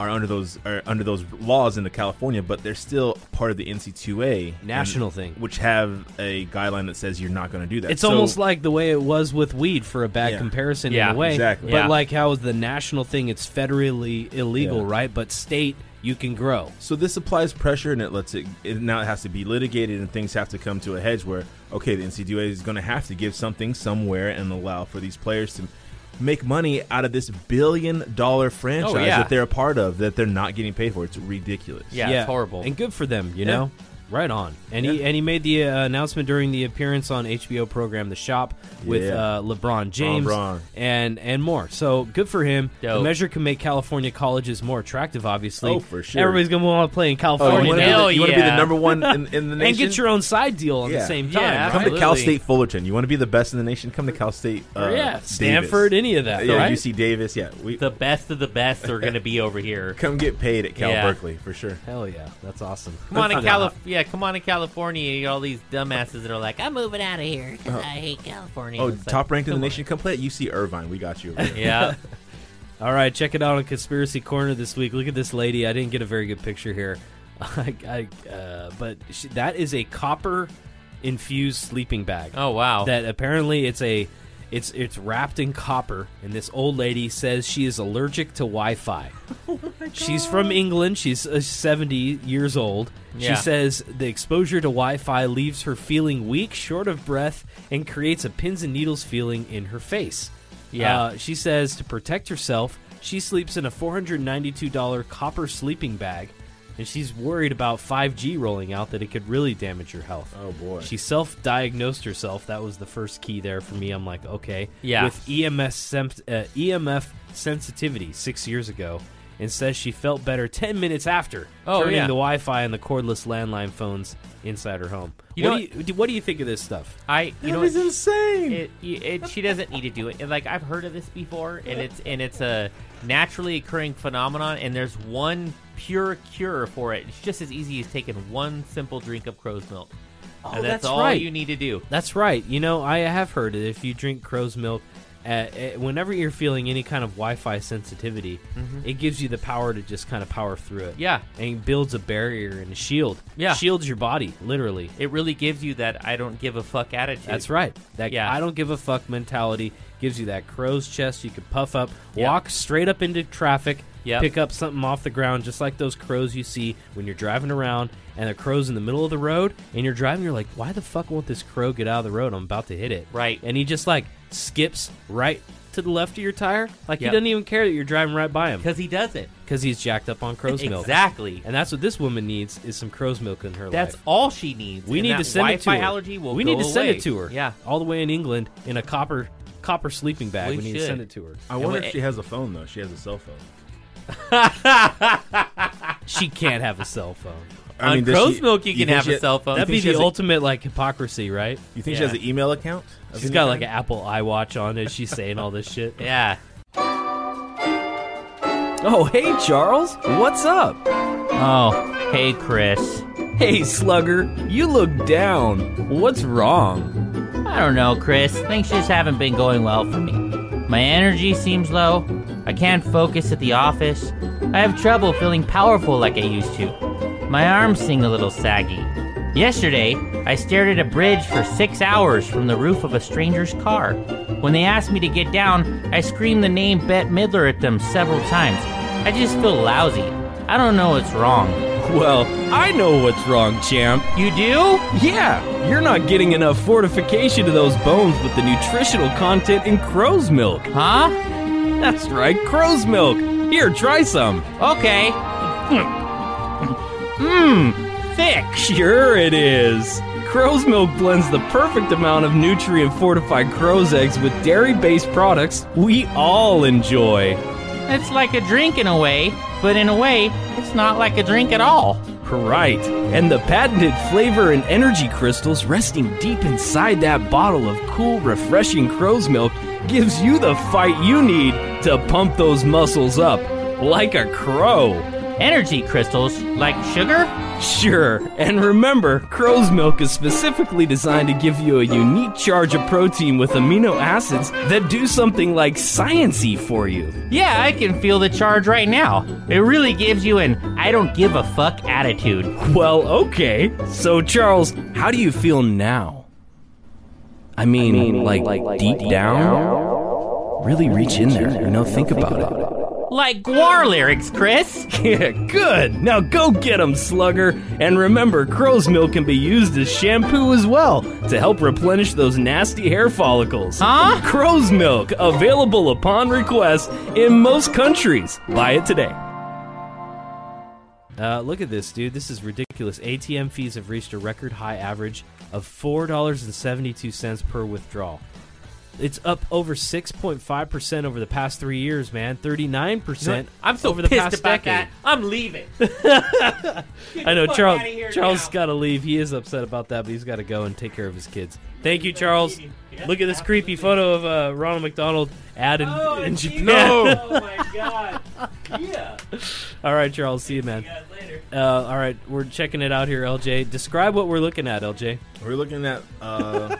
Speaker 6: are under those are under those laws into California, but they're still part of the NC2A
Speaker 4: National thing.
Speaker 6: which have a guideline that says you're not going to do that.
Speaker 4: It's
Speaker 6: So-
Speaker 4: almost like the way it was with weed for a bad
Speaker 6: Yeah.
Speaker 4: comparison
Speaker 7: Yeah,
Speaker 4: in a way.
Speaker 6: exactly.
Speaker 4: But
Speaker 7: Yeah.
Speaker 4: like how is the national thing? It's federally illegal,
Speaker 6: Yeah.
Speaker 4: right? But state you can grow.
Speaker 6: so this applies pressure and it lets it, it now it has to be litigated and things have to come to a hedge where okay the NCAA is going to have to give something somewhere and allow for these players to make money out of this billion dollar franchise
Speaker 7: Oh, yeah.
Speaker 6: that they're a part of that they're not getting paid for. It's ridiculous.
Speaker 7: Yeah, it's horrible.
Speaker 4: And good for them, you know. Right on. And he and he made the uh, announcement during the appearance on HBO program The Shop with
Speaker 6: Yeah.
Speaker 4: uh, LeBron James
Speaker 6: LeBron.
Speaker 4: and and more. So good for him. The
Speaker 7: Dope.
Speaker 4: measure can make California colleges more attractive. Obviously,
Speaker 6: Oh, for sure.
Speaker 4: Everybody's gonna want to play
Speaker 6: Oh,
Speaker 4: in
Speaker 6: you
Speaker 4: California
Speaker 6: want to be,
Speaker 4: now.
Speaker 7: Hell
Speaker 6: the- you wanna be
Speaker 7: yeah.
Speaker 6: the number one in, in the nation?
Speaker 4: and get your own side deal at
Speaker 6: Yeah.
Speaker 4: the same
Speaker 7: Yeah,
Speaker 4: time. right?
Speaker 6: Come to Cal
Speaker 7: Absolutely.
Speaker 6: State Fullerton. You want to be the best in the nation? Come to Cal State. Uh,
Speaker 4: yeah,
Speaker 6: Davis.
Speaker 4: Stanford, any of that,
Speaker 6: yeah,
Speaker 4: right?
Speaker 6: UC Davis. Yeah, we
Speaker 7: The best of the best are going to be over here.
Speaker 6: come get paid at Cal
Speaker 7: Yeah.
Speaker 6: Berkeley for sure.
Speaker 4: Hell yeah, that's awesome.
Speaker 7: Come on, in Calif- yeah, come on in California. You got all these dumbasses that are like, I'm moving out of here 'cause I hate California.
Speaker 6: Oh,
Speaker 7: It's like,
Speaker 6: top ranked in the
Speaker 7: come on.
Speaker 6: nation. Come play at UC Irvine. We got you. over there.
Speaker 7: Yeah,
Speaker 4: All right, check it out on Conspiracy Corner this week. Look at this lady. I didn't get a very good picture here, I, I, uh, but she, that is a copper infused sleeping bag.
Speaker 7: Oh, wow.
Speaker 4: That apparently it's a it's it's wrapped in copper, and this old lady says she is allergic to Wi-Fi. She's from England. She's uh, 70 years old.
Speaker 7: Yeah.
Speaker 4: She says the exposure to Wi Fi leaves her feeling weak, short of breath, and creates a pins and needles feeling in her face.
Speaker 7: Yeah.
Speaker 4: Uh, she says to protect herself, she sleeps in a $492 copper sleeping bag, and she's worried about 5G rolling out that it could really damage your health.
Speaker 6: Oh, boy.
Speaker 4: She self diagnosed herself. That was the first key there for me. I'm like, okay. E
Speaker 7: Yeah.
Speaker 4: With EMS sem- uh, EMF sensitivity six years ago, and says she felt better 10 minutes after
Speaker 7: Oh,
Speaker 4: turning
Speaker 7: yeah.
Speaker 4: the Wi-Fi and the cordless landline phones inside her home.
Speaker 7: You know
Speaker 4: what, do you, do- what do you think of this stuff?
Speaker 7: I you know
Speaker 9: was
Speaker 7: it-
Speaker 9: insane.
Speaker 7: it, you- it she doesn't need to do it. And, like I've heard of this before, and it's and it's a naturally occurring phenomenon, and there's one pure cure for it. It's just as easy as taking one simple drink of crow's milk, oh, and that's,
Speaker 4: that's
Speaker 7: all
Speaker 4: right.
Speaker 7: you need to do.
Speaker 4: That's right. You know, I have heard that if you drink crow's milk, uh, uh, whenever you're feeling any kind of Wi-Fi sensitivity, it gives you the power to just kind of power through it.
Speaker 7: Mm-hmm. Yeah.
Speaker 4: and it builds a barrier and a shield.
Speaker 7: Yeah.
Speaker 4: shields your body literally.
Speaker 7: It really gives you that I don't give a fuck attitude.
Speaker 4: That's right. That
Speaker 7: Yeah.
Speaker 4: I don't give a fuck mentality gives you that crow's chest. You can puff up,
Speaker 7: Yeah.
Speaker 4: walk straight up into traffic,
Speaker 7: Yep.
Speaker 4: pick up something off the ground, just like those crows you see when you're driving around and the crow's in the middle of the road and you're driving. You're like, why the fuck won't this crow get out of the road? I'm about to hit it.
Speaker 7: Right.
Speaker 4: And he just like skips right to the left of your tire. Like
Speaker 7: Yep.
Speaker 4: he doesn't even care that you're driving right by him
Speaker 7: because he doesn't
Speaker 4: because he's jacked up on crow's milk.
Speaker 7: exactly.
Speaker 4: And that's what this woman needs is some crow's milk in her life.
Speaker 7: That's all she needs.
Speaker 4: We
Speaker 7: and
Speaker 4: need
Speaker 7: that
Speaker 4: to send it to
Speaker 7: Wi-Fi
Speaker 4: her.
Speaker 7: allergy will
Speaker 4: we
Speaker 7: go
Speaker 4: need to send
Speaker 7: away.
Speaker 4: it to her.
Speaker 7: Yeah.
Speaker 4: all the way in England in a copper copper sleeping bag.
Speaker 7: We
Speaker 4: We, need to
Speaker 7: should.
Speaker 4: send it to her.
Speaker 6: I wonder
Speaker 7: wait,
Speaker 6: if she has a phone though. She has a cell phone.
Speaker 4: She can't have a cell phone.
Speaker 6: I
Speaker 7: On
Speaker 6: does
Speaker 7: crow's milk, you can
Speaker 6: think
Speaker 7: have
Speaker 6: she
Speaker 7: a
Speaker 6: ha-
Speaker 7: cell phone.
Speaker 6: you
Speaker 4: That'd
Speaker 6: think
Speaker 4: be
Speaker 6: she
Speaker 4: the
Speaker 6: has a-
Speaker 4: ultimate like hypocrisy, right?
Speaker 6: You think she
Speaker 7: Yeah.
Speaker 6: has an email account? of
Speaker 4: She's
Speaker 6: any
Speaker 4: got like
Speaker 6: kind?
Speaker 4: an Apple iWatch on as she's saying all this shit.
Speaker 7: Yeah.
Speaker 3: Oh, hey, Charles. What's up?
Speaker 7: Oh, hey Chris.
Speaker 3: Hey, Slugger. You look down. What's wrong?
Speaker 7: I don't know, Chris. Things just haven't been going well for me. My energy seems low. I can't focus at the office. I have trouble feeling powerful like I used to. My arms seem a little saggy. Yesterday, I stared at a bridge for six hours from the roof of a stranger's car. When they asked me to get down, I screamed the name Bette Midler at them several times. I just feel lousy. I don't know what's wrong.
Speaker 3: Well, I know what's wrong, champ.
Speaker 7: You do?
Speaker 3: Yeah, you're not getting enough fortification to those bones with the nutritional content in crow's milk.
Speaker 7: Huh?
Speaker 3: That's right, crow's milk. Here, try some.
Speaker 7: Okay.
Speaker 3: Thick. Sure it is. Crow's milk blends the perfect amount of nutrient fortified crow's eggs with dairy based products we all enjoy.
Speaker 7: It's like a drink in a way, but in a way, it's not like a drink at all.
Speaker 3: Right. And the patented flavor and energy crystals resting deep inside that bottle of cool, refreshing crow's milk gives you the fight you need to pump those muscles up like a crow.
Speaker 7: Energy crystals, like sugar?
Speaker 3: Sure. And remember, crow's milk is specifically designed to give you a unique charge of protein with amino acids that do something like sciency for you.
Speaker 7: Yeah, I can feel the charge right now. It really gives you an I don't give a fuck attitude.
Speaker 3: Well, okay. So, Charles, how do you feel now? I mean, like, deep, down? Really reach in there, you know, think about
Speaker 7: Like Guar lyrics, Chris!
Speaker 3: it. Yeah, good. Now go get 'em, Slugger. And remember, crow's milk can be used as shampoo as well to help replenish those nasty hair follicles.
Speaker 7: Huh?
Speaker 3: Crow's milk, available upon request in most countries. Buy it today.
Speaker 4: Uh, look at this, dude. This is ridiculous. ATM fees have reached a record high average of four dollars and seventy-two cents per withdrawal. It's up over six point five percent over the past three years, man. Thirty-nine percent.
Speaker 7: I'm so
Speaker 4: over the
Speaker 7: pissed
Speaker 4: past
Speaker 7: about
Speaker 4: decade.
Speaker 7: that. I'm leaving.
Speaker 4: I know
Speaker 7: fuck
Speaker 4: Charles.
Speaker 7: outta here
Speaker 4: Charles
Speaker 7: now.
Speaker 4: got to leave. He is upset about that, but he's got to go and take care of his kids. Thank you, Charles. Look at this creepy photo of uh, Ronald McDonald ad in, in Japan.
Speaker 7: oh my god. Yeah.
Speaker 4: all right, Charles. See you, man.
Speaker 7: later.
Speaker 4: Uh, all right, we're checking it out here, LJ. Describe what we're looking at, LJ.
Speaker 6: We're looking at uh,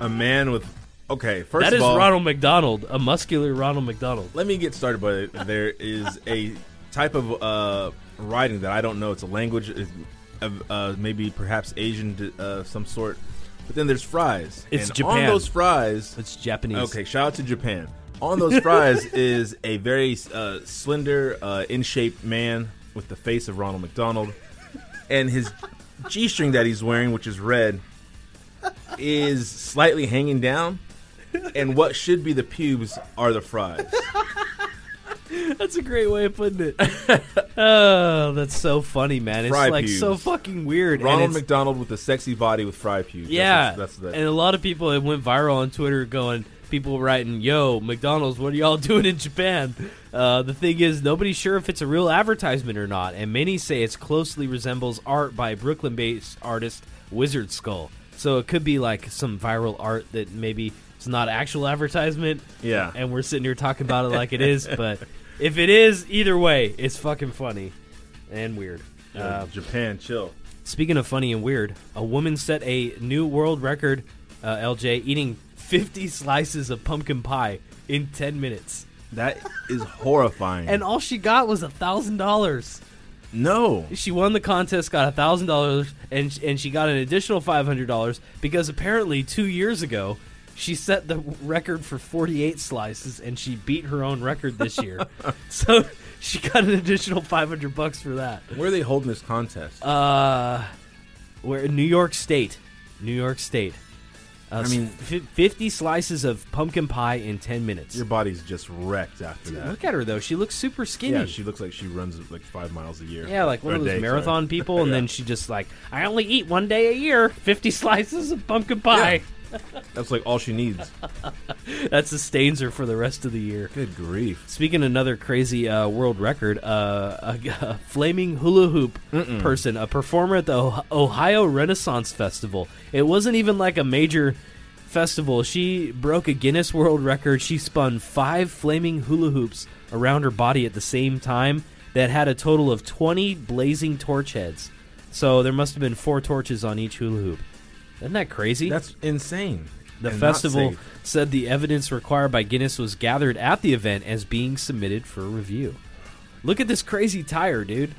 Speaker 6: a man with. Okay, first
Speaker 4: That
Speaker 6: of
Speaker 4: is
Speaker 6: all,
Speaker 4: Ronald McDonald, a muscular Ronald McDonald.
Speaker 6: let me get started. But there is a type of uh, writing that I don't know. It's a language, it's, of uh, maybe perhaps Asian uh, some sort. But then there's fries. and
Speaker 4: It's
Speaker 6: On
Speaker 4: Japan.
Speaker 6: those fries,
Speaker 4: It's Japanese.
Speaker 6: Okay, shout out to Japan. On those fries is a very uh, slender, uh, in shape man with the face of Ronald McDonald. And his G string that he's wearing, which is red, is slightly hanging down. And what should be the pubes are the fries.
Speaker 4: That's a great way of putting it. oh, that's so funny, man. It's
Speaker 6: Fry
Speaker 4: like
Speaker 6: pubes.
Speaker 4: so fucking weird.
Speaker 6: Ronald
Speaker 4: and it's-
Speaker 6: McDonald with a sexy body with fry pubes. That's
Speaker 4: Yeah.
Speaker 6: what- that's, what that.
Speaker 4: and a lot of people, it went viral on Twitter going, people writing, "Yo, McDonald's, what are y'all doing in Japan?" Uh, the thing is, nobody's sure if it's a real advertisement or not, and many say it's closely resembles art by Brooklyn-based artist Wizard Skull. So it could be like some viral art that maybe it's not actual advertisement.
Speaker 6: Yeah.
Speaker 4: and we're sitting here talking about it like it is, but if it is, either way, it's fucking funny and weird. Uh,
Speaker 6: Japan, chill.
Speaker 4: Speaking of funny and weird, a woman set a new world record, uh, LJ, eating 50 slices of pumpkin pie in 10 minutes.
Speaker 6: That is horrifying.
Speaker 4: And all she got was $1,000.
Speaker 6: no,
Speaker 4: She won the contest, got $1,000, and, sh- and she got an additional $500 because apparently two years ago, she set the record for 48 slices and she beat her own record this year. so she got an additional 500 bucks for that.
Speaker 9: Where are they holding this contest?
Speaker 4: Uh, we're in New York State. New York State. Uh,
Speaker 9: I mean-
Speaker 4: f- 50 slices of pumpkin pie in 10 minutes.
Speaker 6: your body's just wrecked after that.
Speaker 4: Look at her, though. She looks super skinny.
Speaker 6: Yeah, she looks like she runs like five miles a year.
Speaker 4: Yeah, like one
Speaker 6: Or
Speaker 4: of
Speaker 6: a
Speaker 4: those
Speaker 6: day,
Speaker 4: marathon people, and
Speaker 6: Yeah.
Speaker 4: then she just like, I only eat one day a year, 50 slices of pumpkin pie.
Speaker 6: sorry. That's like all she needs.
Speaker 4: That sustains her for the rest of the year.
Speaker 6: Good grief.
Speaker 4: Speaking of another crazy uh, world record, uh, a, a flaming hula hoop person, a performer at the Oh- Ohio Renaissance Festival. It wasn't even like a major festival. She broke a Guinness World Record. She spun five flaming hula hoops around her body at the same time that had a total of 20 blazing torch heads. So there must have been four torches on each hula hoop. Isn't that crazy?
Speaker 6: That's insane.
Speaker 4: The
Speaker 6: And not
Speaker 4: festival
Speaker 6: safe.
Speaker 4: said the evidence required by Guinness was gathered at the event as being submitted for review. Look at this crazy tire, dude.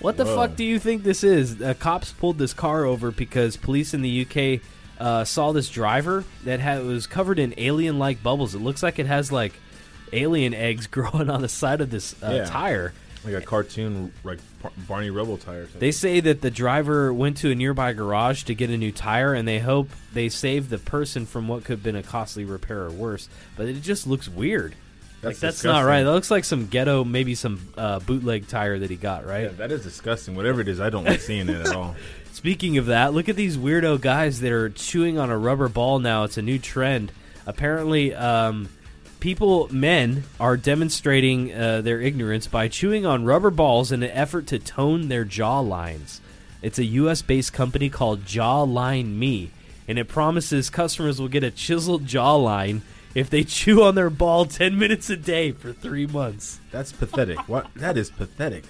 Speaker 4: What the
Speaker 6: Whoa.
Speaker 4: fuck do you think this is? Uh, cops pulled this car over because police in the UK uh, saw this driver that had, was covered in alien like bubbles. It looks like it has like alien eggs growing on the side of this uh,
Speaker 6: Yeah.
Speaker 4: tire.
Speaker 6: like a cartoon, like Bar- Barney Rubble tire.
Speaker 4: They say that the driver went to a nearby garage to get a new tire, and they hope they saved the person from what could have been a costly repair or worse. But it just looks weird. like
Speaker 6: That's
Speaker 4: that's
Speaker 6: disgusting.
Speaker 4: not right. That looks like some ghetto, maybe some uh, bootleg tire that he got. Right.
Speaker 6: Yeah, that is disgusting. Whatever it is, I don't like seeing it at all.
Speaker 4: Speaking of that, look at these weirdo guys that are chewing on a rubber ball now. It's a new trend. Apparently, um, people, men, are demonstrating uh, their ignorance by chewing on rubber balls in an effort to tone their jaw lines. It's a U.S. based company called Jawline Me, and it promises customers will get a chiseled jawline if they chew on their ball 10 minutes a day for three months.
Speaker 6: That's pathetic. What? That is pathetic.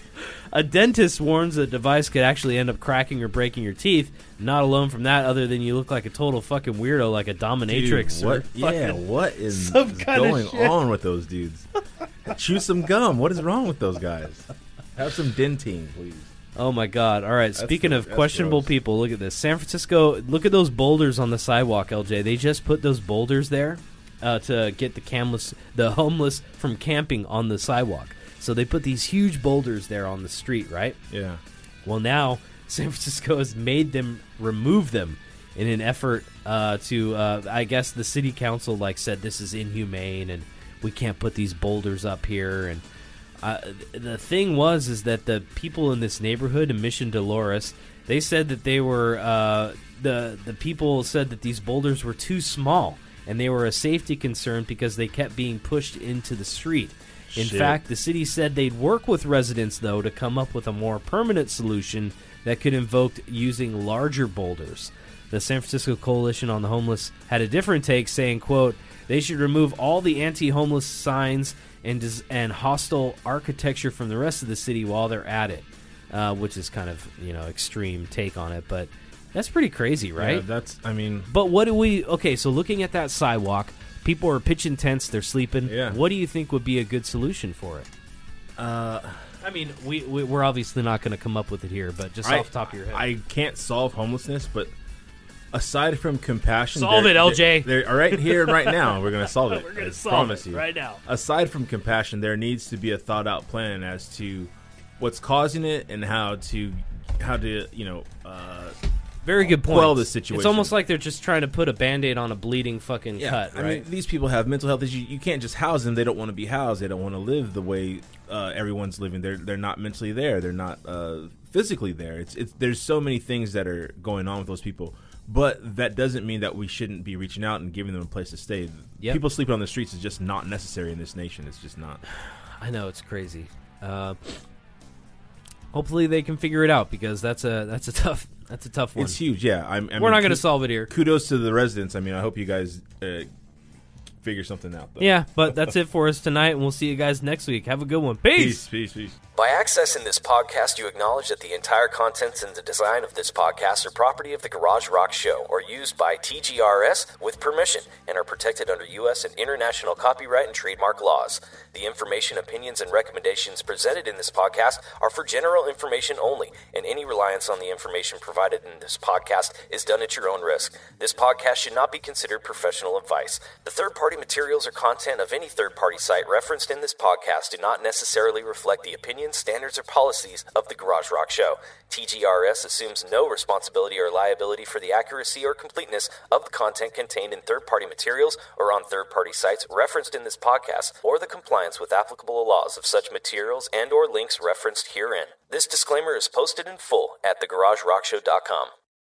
Speaker 4: A dentist warns the device could actually end up cracking or breaking your teeth. Not alone from that, other than you look like a total fucking weirdo, like a dominatrix.
Speaker 6: Dude,
Speaker 4: or
Speaker 6: what? Yeah,
Speaker 4: fucking-
Speaker 6: what is
Speaker 4: some kind of
Speaker 6: going
Speaker 4: shit.
Speaker 6: on with those dudes? Chew some gum. What is wrong with those guys? Have some dentine, please.
Speaker 4: Oh my god! All right. Speaking of
Speaker 6: that's
Speaker 4: questionable
Speaker 6: gross.
Speaker 4: people, look at this. San Francisco. Look at those boulders on the sidewalk, LJ. They just put those boulders there uh, to get the camless, the homeless from camping on the sidewalk. So they put these huge boulders there on the street, right?
Speaker 6: Yeah.
Speaker 4: Well, now San Francisco has made them remove them in an effort uh, to, uh, I guess, the city council like said this is inhumane and we can't put these boulders up here. And uh, th- the thing was is that the people in this neighborhood in Mission Dolores they said that they were uh, the the people said that these boulders were too small and they were a safety concern because they kept being pushed into the street. In
Speaker 6: Shit.
Speaker 4: fact, the city said they'd work with residents, though, to come up with a more permanent solution that could invoke using larger boulders. The San Francisco Coalition on the Homeless had a different take, saying, quote, they should remove all the anti-homeless signs and, dis- and hostile architecture from the rest of the city while they're at it, uh, which is kind of, you know, extreme take on it, but that's pretty crazy, right?
Speaker 6: Yeah, that's. I mean,
Speaker 4: But what do we? Okay, so looking at that sidewalk, people are pitching tents. They're sleeping.
Speaker 6: Yeah.
Speaker 4: What do you think would be a good solution for it? Uh, I mean, we, we we're obviously not going to come up with it here, but just
Speaker 6: I-
Speaker 4: off the top of your head,
Speaker 6: I can't solve homelessness, but aside from compassion,
Speaker 4: Solve
Speaker 6: there-
Speaker 4: it, LJ.
Speaker 6: There, there- all right, here and right now, we're gonna solve it.
Speaker 4: We're gonna
Speaker 6: I
Speaker 4: solve
Speaker 6: promise
Speaker 4: it
Speaker 6: you.
Speaker 4: right now.
Speaker 6: Aside from compassion, there needs to be a thought out plan as to what's causing it and how to how to you know uh,
Speaker 4: Very good point.
Speaker 9: quell the situation.
Speaker 4: It's almost like they're just trying to put a band-aid on a bleeding fucking
Speaker 6: Yeah,
Speaker 4: cut, right?
Speaker 6: I mean, these people have mental health issues. You can't just house them. They don't want to be housed. They don't want to live the way uh, everyone's living. They're they're not mentally there. They're not uh, physically there. It's it's there's so many things that are going on with those people. But that doesn't mean that we shouldn't be reaching out and giving them a place to stay.
Speaker 4: Yep.
Speaker 6: People sleeping on the streets is just not necessary in this nation. It's just not.
Speaker 4: I know it's crazy. Uh, hopefully they can figure it out because that's a that's a tough that's a tough one.
Speaker 6: It's huge. Yeah, I'm. I
Speaker 4: We're
Speaker 6: mean,
Speaker 4: not going to
Speaker 6: ku-
Speaker 4: solve it here.
Speaker 6: Kudos to the residents. I mean, I hope you guys uh, figure something out. Though.
Speaker 4: Yeah, but that's it for us tonight, and we'll see you guys next week. Have a good one. Peace.
Speaker 6: Peace. Peace. Peace.
Speaker 10: By accessing this podcast, you acknowledge that the entire contents and the design of this podcast are property of the Garage Rock Show or used by TGRS with permission and are protected under U.S. and international copyright and trademark laws. The information, opinions, and recommendations presented in this podcast are for general information only, and any reliance on the information provided in this podcast is done at your own risk. This podcast should not be considered professional advice. The third party materials or content of any third party site referenced in this podcast do not necessarily reflect the opinions, standards, or policies of the Garage Rock Show. TGRS assumes no responsibility or liability for the accuracy or completeness of the content contained in third party materials or on third party sites referenced in this podcast or the compliance with applicable laws of such materials and or links referenced herein. This disclaimer is posted in full at thegaragerockshow.com.